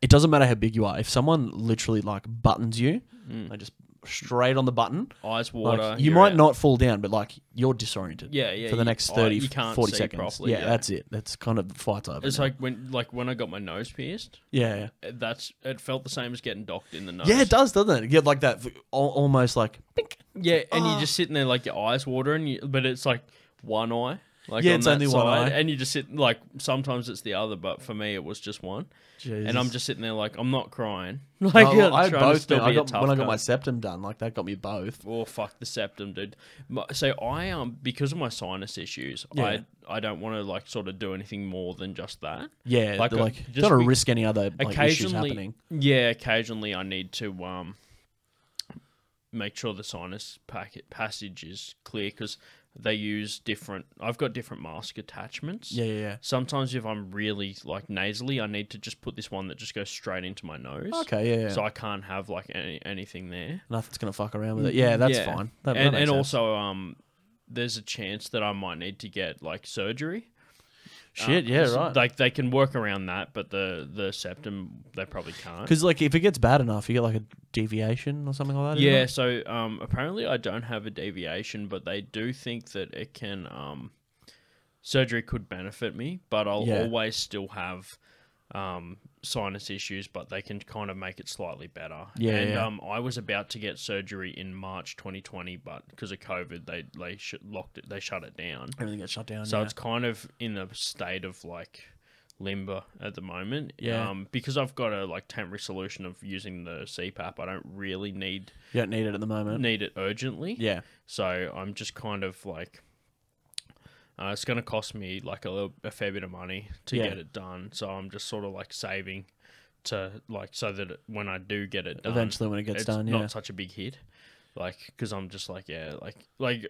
F: it doesn't matter how big you are. If someone literally like buttons you,
D: Mm.
F: like just straight on the button,
D: eyes water.
F: like, you
D: you're
F: might
D: out.
F: not fall down, but like you're disoriented.
D: Yeah, yeah,
F: For the
D: you-
F: next
D: oh,
F: 30,
D: you can't
F: 40
D: see
F: seconds.
D: properly,
F: yeah,
D: yeah.
F: that's it. That's kind of the fight's over.
D: It's
F: now.
D: like when like when I got my nose pierced. eh,
F: yeah, yeah.
D: That's it. Felt the same as getting docked in the nose.
F: Yeah, it does, doesn't it? You have like that, al- almost like. Ah.
D: Yeah, and you're just sitting there like your eyes watering, you, but it's like one eye, Like
F: Yeah,
D: on
F: it's
D: that
F: only one
D: side,
F: eye.
D: and you just sit like sometimes it's the other, but for me it was just one. And I'm just sitting there like I'm not crying. Like
F: Oh, well, I
D: I'm trying
F: had
D: to
F: both.
D: still
F: man. I
D: be a
F: got,
D: tough
F: when I got my
D: cunt.
F: septum done, like that got me both.
D: Oh fuck the septum, dude. My- So I um because of my sinus issues,
F: Yeah.
D: I I don't want to like sort of do anything more than just that.
F: Yeah,
D: Like,
F: like,
D: uh,
F: like
D: just
F: don't
D: be-
F: risk any other like, issues
D: occasionally,
F: happening.
D: yeah, occasionally I need to um make sure the sinus packet passage is clear because they use different. I've got different mask attachments.
F: Yeah, yeah,
D: Sometimes if I'm really like nasally, I need to just put this one that just goes straight into my nose.
F: yeah. Okay, yeah, yeah.
D: So I can't have like any, anything there.
F: Nothing's gonna fuck around with it. Yeah, that's
D: Mm-hmm. Yeah.
F: fine. That, that
D: and
F: makes
D: and
F: sense.
D: also um there's a chance that I might need to get like surgery.
F: shit.
D: Um,
F: yeah,
D: so,
F: right.
D: Like they can work around that, but the the septum they probably can't.
F: Because like if it gets bad enough, you get like a deviation or something like that.
D: Yeah,
F: isn't
D: so um, apparently I don't have a deviation, but they do think that it can um, surgery could benefit me, but I'll
F: Yeah.
D: always still have um, sinus issues, but they can kind of make it slightly better.
F: Yeah,
D: and
F: yeah.
D: Um, I was about to get surgery in March 2020, but because of COVID, they they sh- locked it, they shut it down.
F: it? everything gets shut down.
D: So
F: yeah.
D: it's kind of in a state of like limbo at the moment.
F: Yeah.
D: Um, because I've got a like temporary solution of using the CPAP, I don't really need
F: you don't need it at the moment.
D: need it urgently.
F: Yeah,
D: So I'm just kind of like, uh, it's going to cost me like a little, a fair bit of money to
F: Yeah.
D: get it done. So I'm just sort of like saving to like so that it- when I do get it done,
F: eventually when it gets
D: it's
F: done.
D: not
F: Yeah,
D: such a big hit. Like, because I'm just like, yeah, like, like,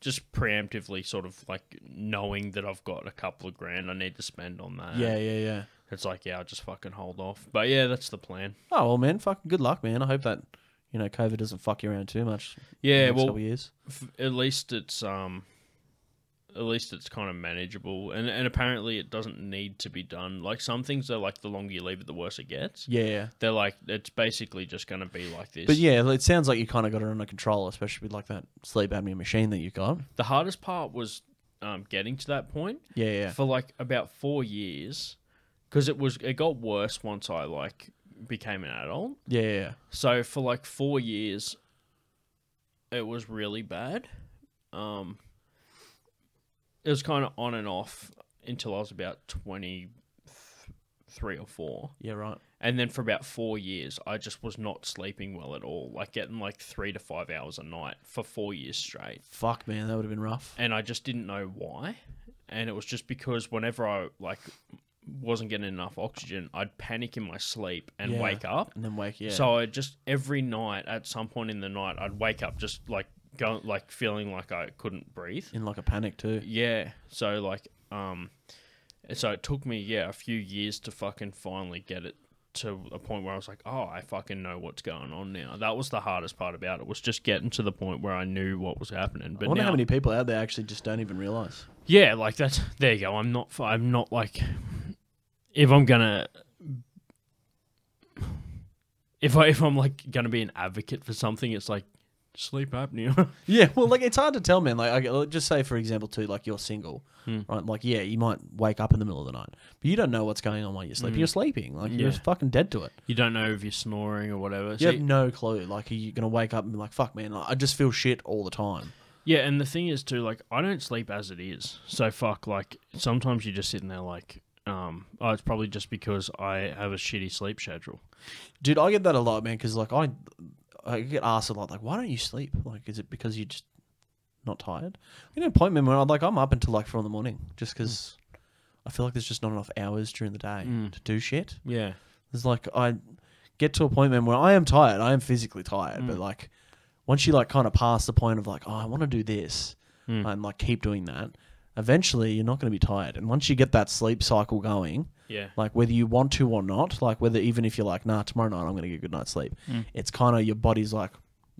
D: just preemptively sort of like knowing that I've got a couple of grand I need to spend on that.
F: yeah, yeah, yeah.
D: It's like, yeah, I'll just fucking hold off. But yeah, that's the plan.
F: Oh well, man. Fucking good luck, man. I hope that you know COVID doesn't fuck you around too much.
D: Yeah,
F: next
D: well,
F: couple years.
D: f- at least it's um at least it's kind of manageable and and apparently it doesn't need to be done like some things are like the longer you leave it the worse it gets
F: Yeah, yeah.
D: they're like it's basically just going to be like this
F: But yeah, it sounds like you kind of got it under control, especially with like that sleep apnea machine that you got.
D: the hardest part was um getting to that point
F: Yeah, yeah.
D: for like about 4 years cuz it was it got worse once I like became an adult
F: Yeah, yeah, yeah.
D: So for like four years, it was really bad. Um, it was kind of on and off until I was about twenty three or four,
F: Yeah, right.
D: and then for about four years, I just was not sleeping well at all. Like getting like three to five hours a night for four years straight,
F: Fuck, man, that would have been rough.
D: and I just didn't know why. And it was just because whenever I like wasn't getting enough oxygen, I'd panic in my sleep and
F: Yeah.
D: wake up,
F: And then wake, yeah.
D: so I just every night at some point in the night I'd wake up just like go like feeling like I couldn't breathe.
F: in like a panic too.
D: Yeah. So like um so it took me yeah a few years to fucking finally get it to a point where I was like, "Oh, I fucking know what's going on now." That was the hardest part about it was just getting to the point where I knew what was happening.
F: I
D: But
F: wonder
D: now
F: how many people out there actually just don't even realize.
D: yeah, like that's there you go. I'm not. I'm not like if I'm gonna if I if I'm like gonna be an advocate for something, it's like sleep apnea.
F: Yeah, well, like it's hard to tell, man. Like, I, like, just say for example, too, like you're single, right? Like, yeah, you might wake up in the middle of the night, but you don't know what's going on while you're sleeping. You're sleeping, like you're
D: Yeah.
F: fucking dead to it.
D: you don't know if you're snoring or whatever.
F: You
D: So-
F: have no clue. Like, are you gonna wake up and be like, "Fuck, man, like, I just feel shit all the time."
D: yeah, and the thing is too, like I don't sleep as it is. So fuck, like sometimes you're just sitting there like, um, oh, it's probably just because I have a shitty sleep schedule.
F: Dude, I get that a lot, man. Because like I, I get asked a lot, like, "Why don't you sleep? Like, is it because you're just not tired?" You know, point me when I'm like, I'm up until like four in the morning, just because I feel like there's just not enough hours during the day to do shit.
D: Yeah.
F: There's like I get to a point man where I am tired. I am physically tired, but like once you like kind of pass the point of like, oh, I want to do this
D: Hmm.
F: and like keep doing that, eventually you're not going to be tired. And once you get that sleep cycle going,
D: Yeah.
F: like whether you want to or not, like whether even if you're like, nah, tomorrow night I'm going to get a good night's sleep, it's kind of your body's like,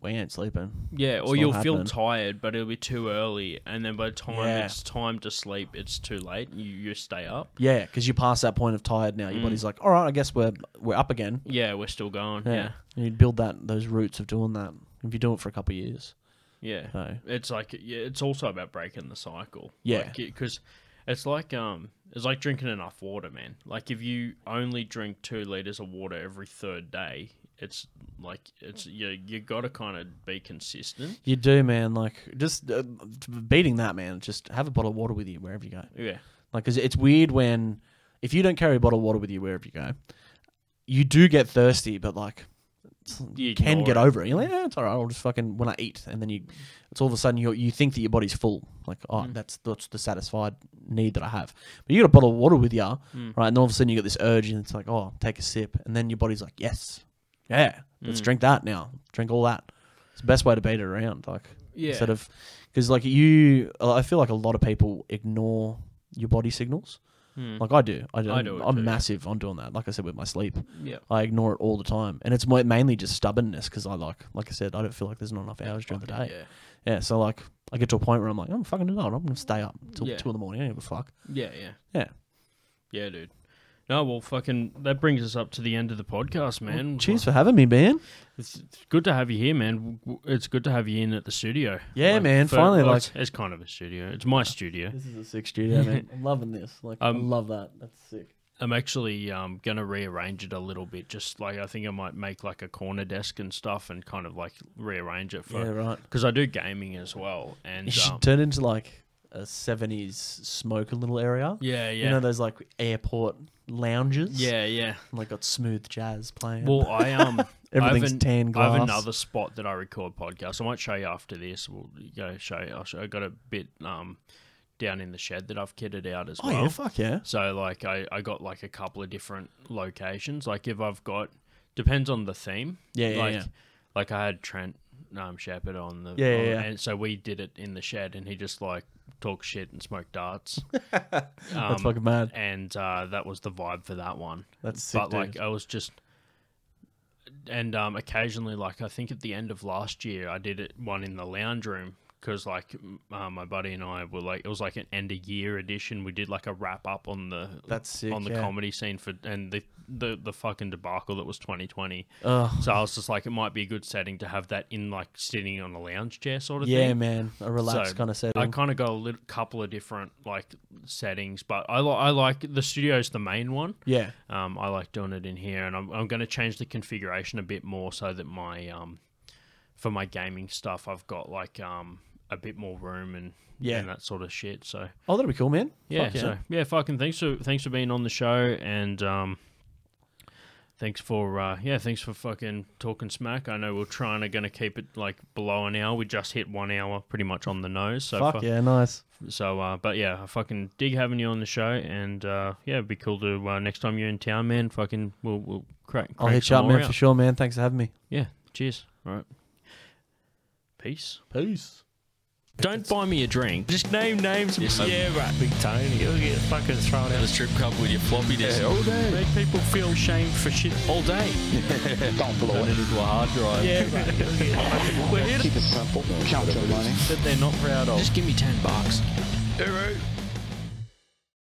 F: we ain't sleeping.
D: Yeah, or
F: not
D: you'll feel
F: happening.
D: tired, but it'll be too early, and then by the time
F: Yeah.
D: it's time to sleep, it's too late. You you stay up.
F: Yeah, because you pass that point of tired now. Your body's like, all right, I guess we're we're up again.
D: Yeah, we're still going. Yeah,
F: Yeah, And you build that those roots of doing that if you do it for a couple of years.
D: yeah.
F: So
D: It's like yeah, it's also about breaking the cycle.
F: Yeah.
D: because it's like um, it's like drinking enough water, man. Like if you only drink two liters of water every third day, it's like it's you you got to kind of be consistent.
F: You do, man. Like just uh, beating that, man. Just have a bottle of water with you wherever you go.
D: Yeah.
F: Like, 'cause it's weird when if you don't carry a bottle of water with you wherever you go, you do get thirsty, but like you
D: You
F: can
D: ignore
F: get
D: it.
F: over it. You're like, eh, it's all right. I'll just fucking when I eat, and then you, it's all of a sudden you you think that your body's full. Like, oh,
D: Mm.
F: that's that's the satisfied need that I have. But you got a bottle of water with you,
D: Hmm.
F: right? And all of a sudden you get this urge, and it's like, oh, take a sip, and then your body's like, yes, yeah, let's
D: Mm.
F: drink that now. Drink all that. It's the best way to beat it around. Like,
D: Yeah.
F: instead of because like you, I feel like a lot of people ignore your body signals.
D: Hmm.
F: Like I do. I do.
D: Mm. I
F: I
D: do it
F: am
D: too.
F: massive on doing that. Like I said, with my sleep,
D: Yeah.
F: I ignore it all the time, and it's mo- mainly just stubbornness because I like, like I said, I don't feel like there's not enough hours during the day.
D: Yeah.
F: Yeah. So like, I get to a point where I'm like, I'm fucking not. I'm gonna stay up till
D: Yeah. Mm-hmm.
F: two in the morning. I don't give a fuck.
D: Yeah. Yeah.
F: Yeah.
D: Yeah, dude. No, well, fucking, that brings us up to the end of the podcast, man.
F: Cheers for having me, man.
D: It's it's good to have you here, man. W- w- It's good to have you in at the studio.
F: Yeah, man, finally,
D: well,
F: like-
D: it's, it's kind of a studio. It's my studio.
F: This is a sick studio, man. I'm loving this. Like, I
D: Um,
F: love that. That's sick.
D: I'm actually um, gonna rearrange it a little bit. Just like I think I might make like a corner desk and stuff, and kind of like rearrange it
F: Yeah.
D: for
F: Right.
D: because I do gaming as well. And
F: You should
D: um,
F: turn into like a '70s smoker little area.
D: yeah, yeah,
F: You know those like airport lounges.
D: yeah, yeah.
F: And like got smooth jazz playing.
D: Well, I um,
F: Everything's
D: I have
F: tan
D: I have
F: glass.
D: another spot that I record podcasts. I might show you after this. We'll go show you. I'll show, I got a bit um down in the shed that I've kitted out as
F: oh
D: well.
F: yeah, fuck yeah.
D: So like I I got like a couple of different locations. Like if I've got depends on the theme.
F: Yeah, yeah,
D: like,
F: yeah.
D: Like I had Trent um, Shepherd on the
F: Yeah, yeah,
D: on-
F: yeah.
D: and so we did it in the shed, and he just like talked shit and smoked darts.
F: That's
D: Um,
F: fucking mad.
D: and uh, that was the vibe for that one.
F: That's sick,
D: but like
F: dude.
D: I was just, and um, occasionally like I think at the end of last year I did it one in the lounge room because like m- uh, my buddy and I were like it was like an end of year edition. We did like a wrap up on the
F: That's sick,
D: on the
F: yeah.
D: comedy scene for and the the the fucking debacle that was 2020.
F: Ugh.
D: So I was just like it might be a good setting to have that in like sitting on a lounge chair sort of thing.
F: Yeah, man. A relaxed
D: So,
F: kind of setting.
D: I kind of got a lit couple of different like settings, but I, li- I like the studio's the main one.
F: yeah.
D: Um, I like doing it in here, and I'm, I'm going to change the configuration a bit more so that my um, for my gaming stuff, I've got like um a bit more room and
F: Yeah.
D: and that sort of shit. So
F: Oh, that'd be cool, man.
D: yeah,
F: Fuck yeah.
D: so yeah, fucking thanks for thanks for being on the show and um. Thanks for uh, yeah, thanks for fucking talking smack. I know we're trying to gonna keep it like below an hour. We just hit one hour, pretty much on the nose. So
F: Fuck
D: fu-
F: yeah, nice.
D: so, uh, but yeah, I fucking dig having you on the show, and uh, yeah, it'd be cool to uh, next time you're in town, man. Fucking, we'll we'll crack.
F: I'll
D: crank
F: hit
D: some
F: you up,
D: more
F: man, for
D: out.
F: sure, man. Thanks for having me.
D: Yeah. Cheers. All right. Peace.
F: Peace.
B: Don't buy me a drink.
D: Just name names.
C: Yeah, right. Big Tony. You'll get fucking thrown out of the strip club with your floppy disk.
A: All day.
D: Make people feel shame for shit all day.
E: Don't blow
C: Turn it
E: it.
C: into a hard drive.
D: Yeah. Right. We're here to
E: Keep it simple. Count your money.
C: That they're not proud of.
B: Just give me ten bucks.
A: All right.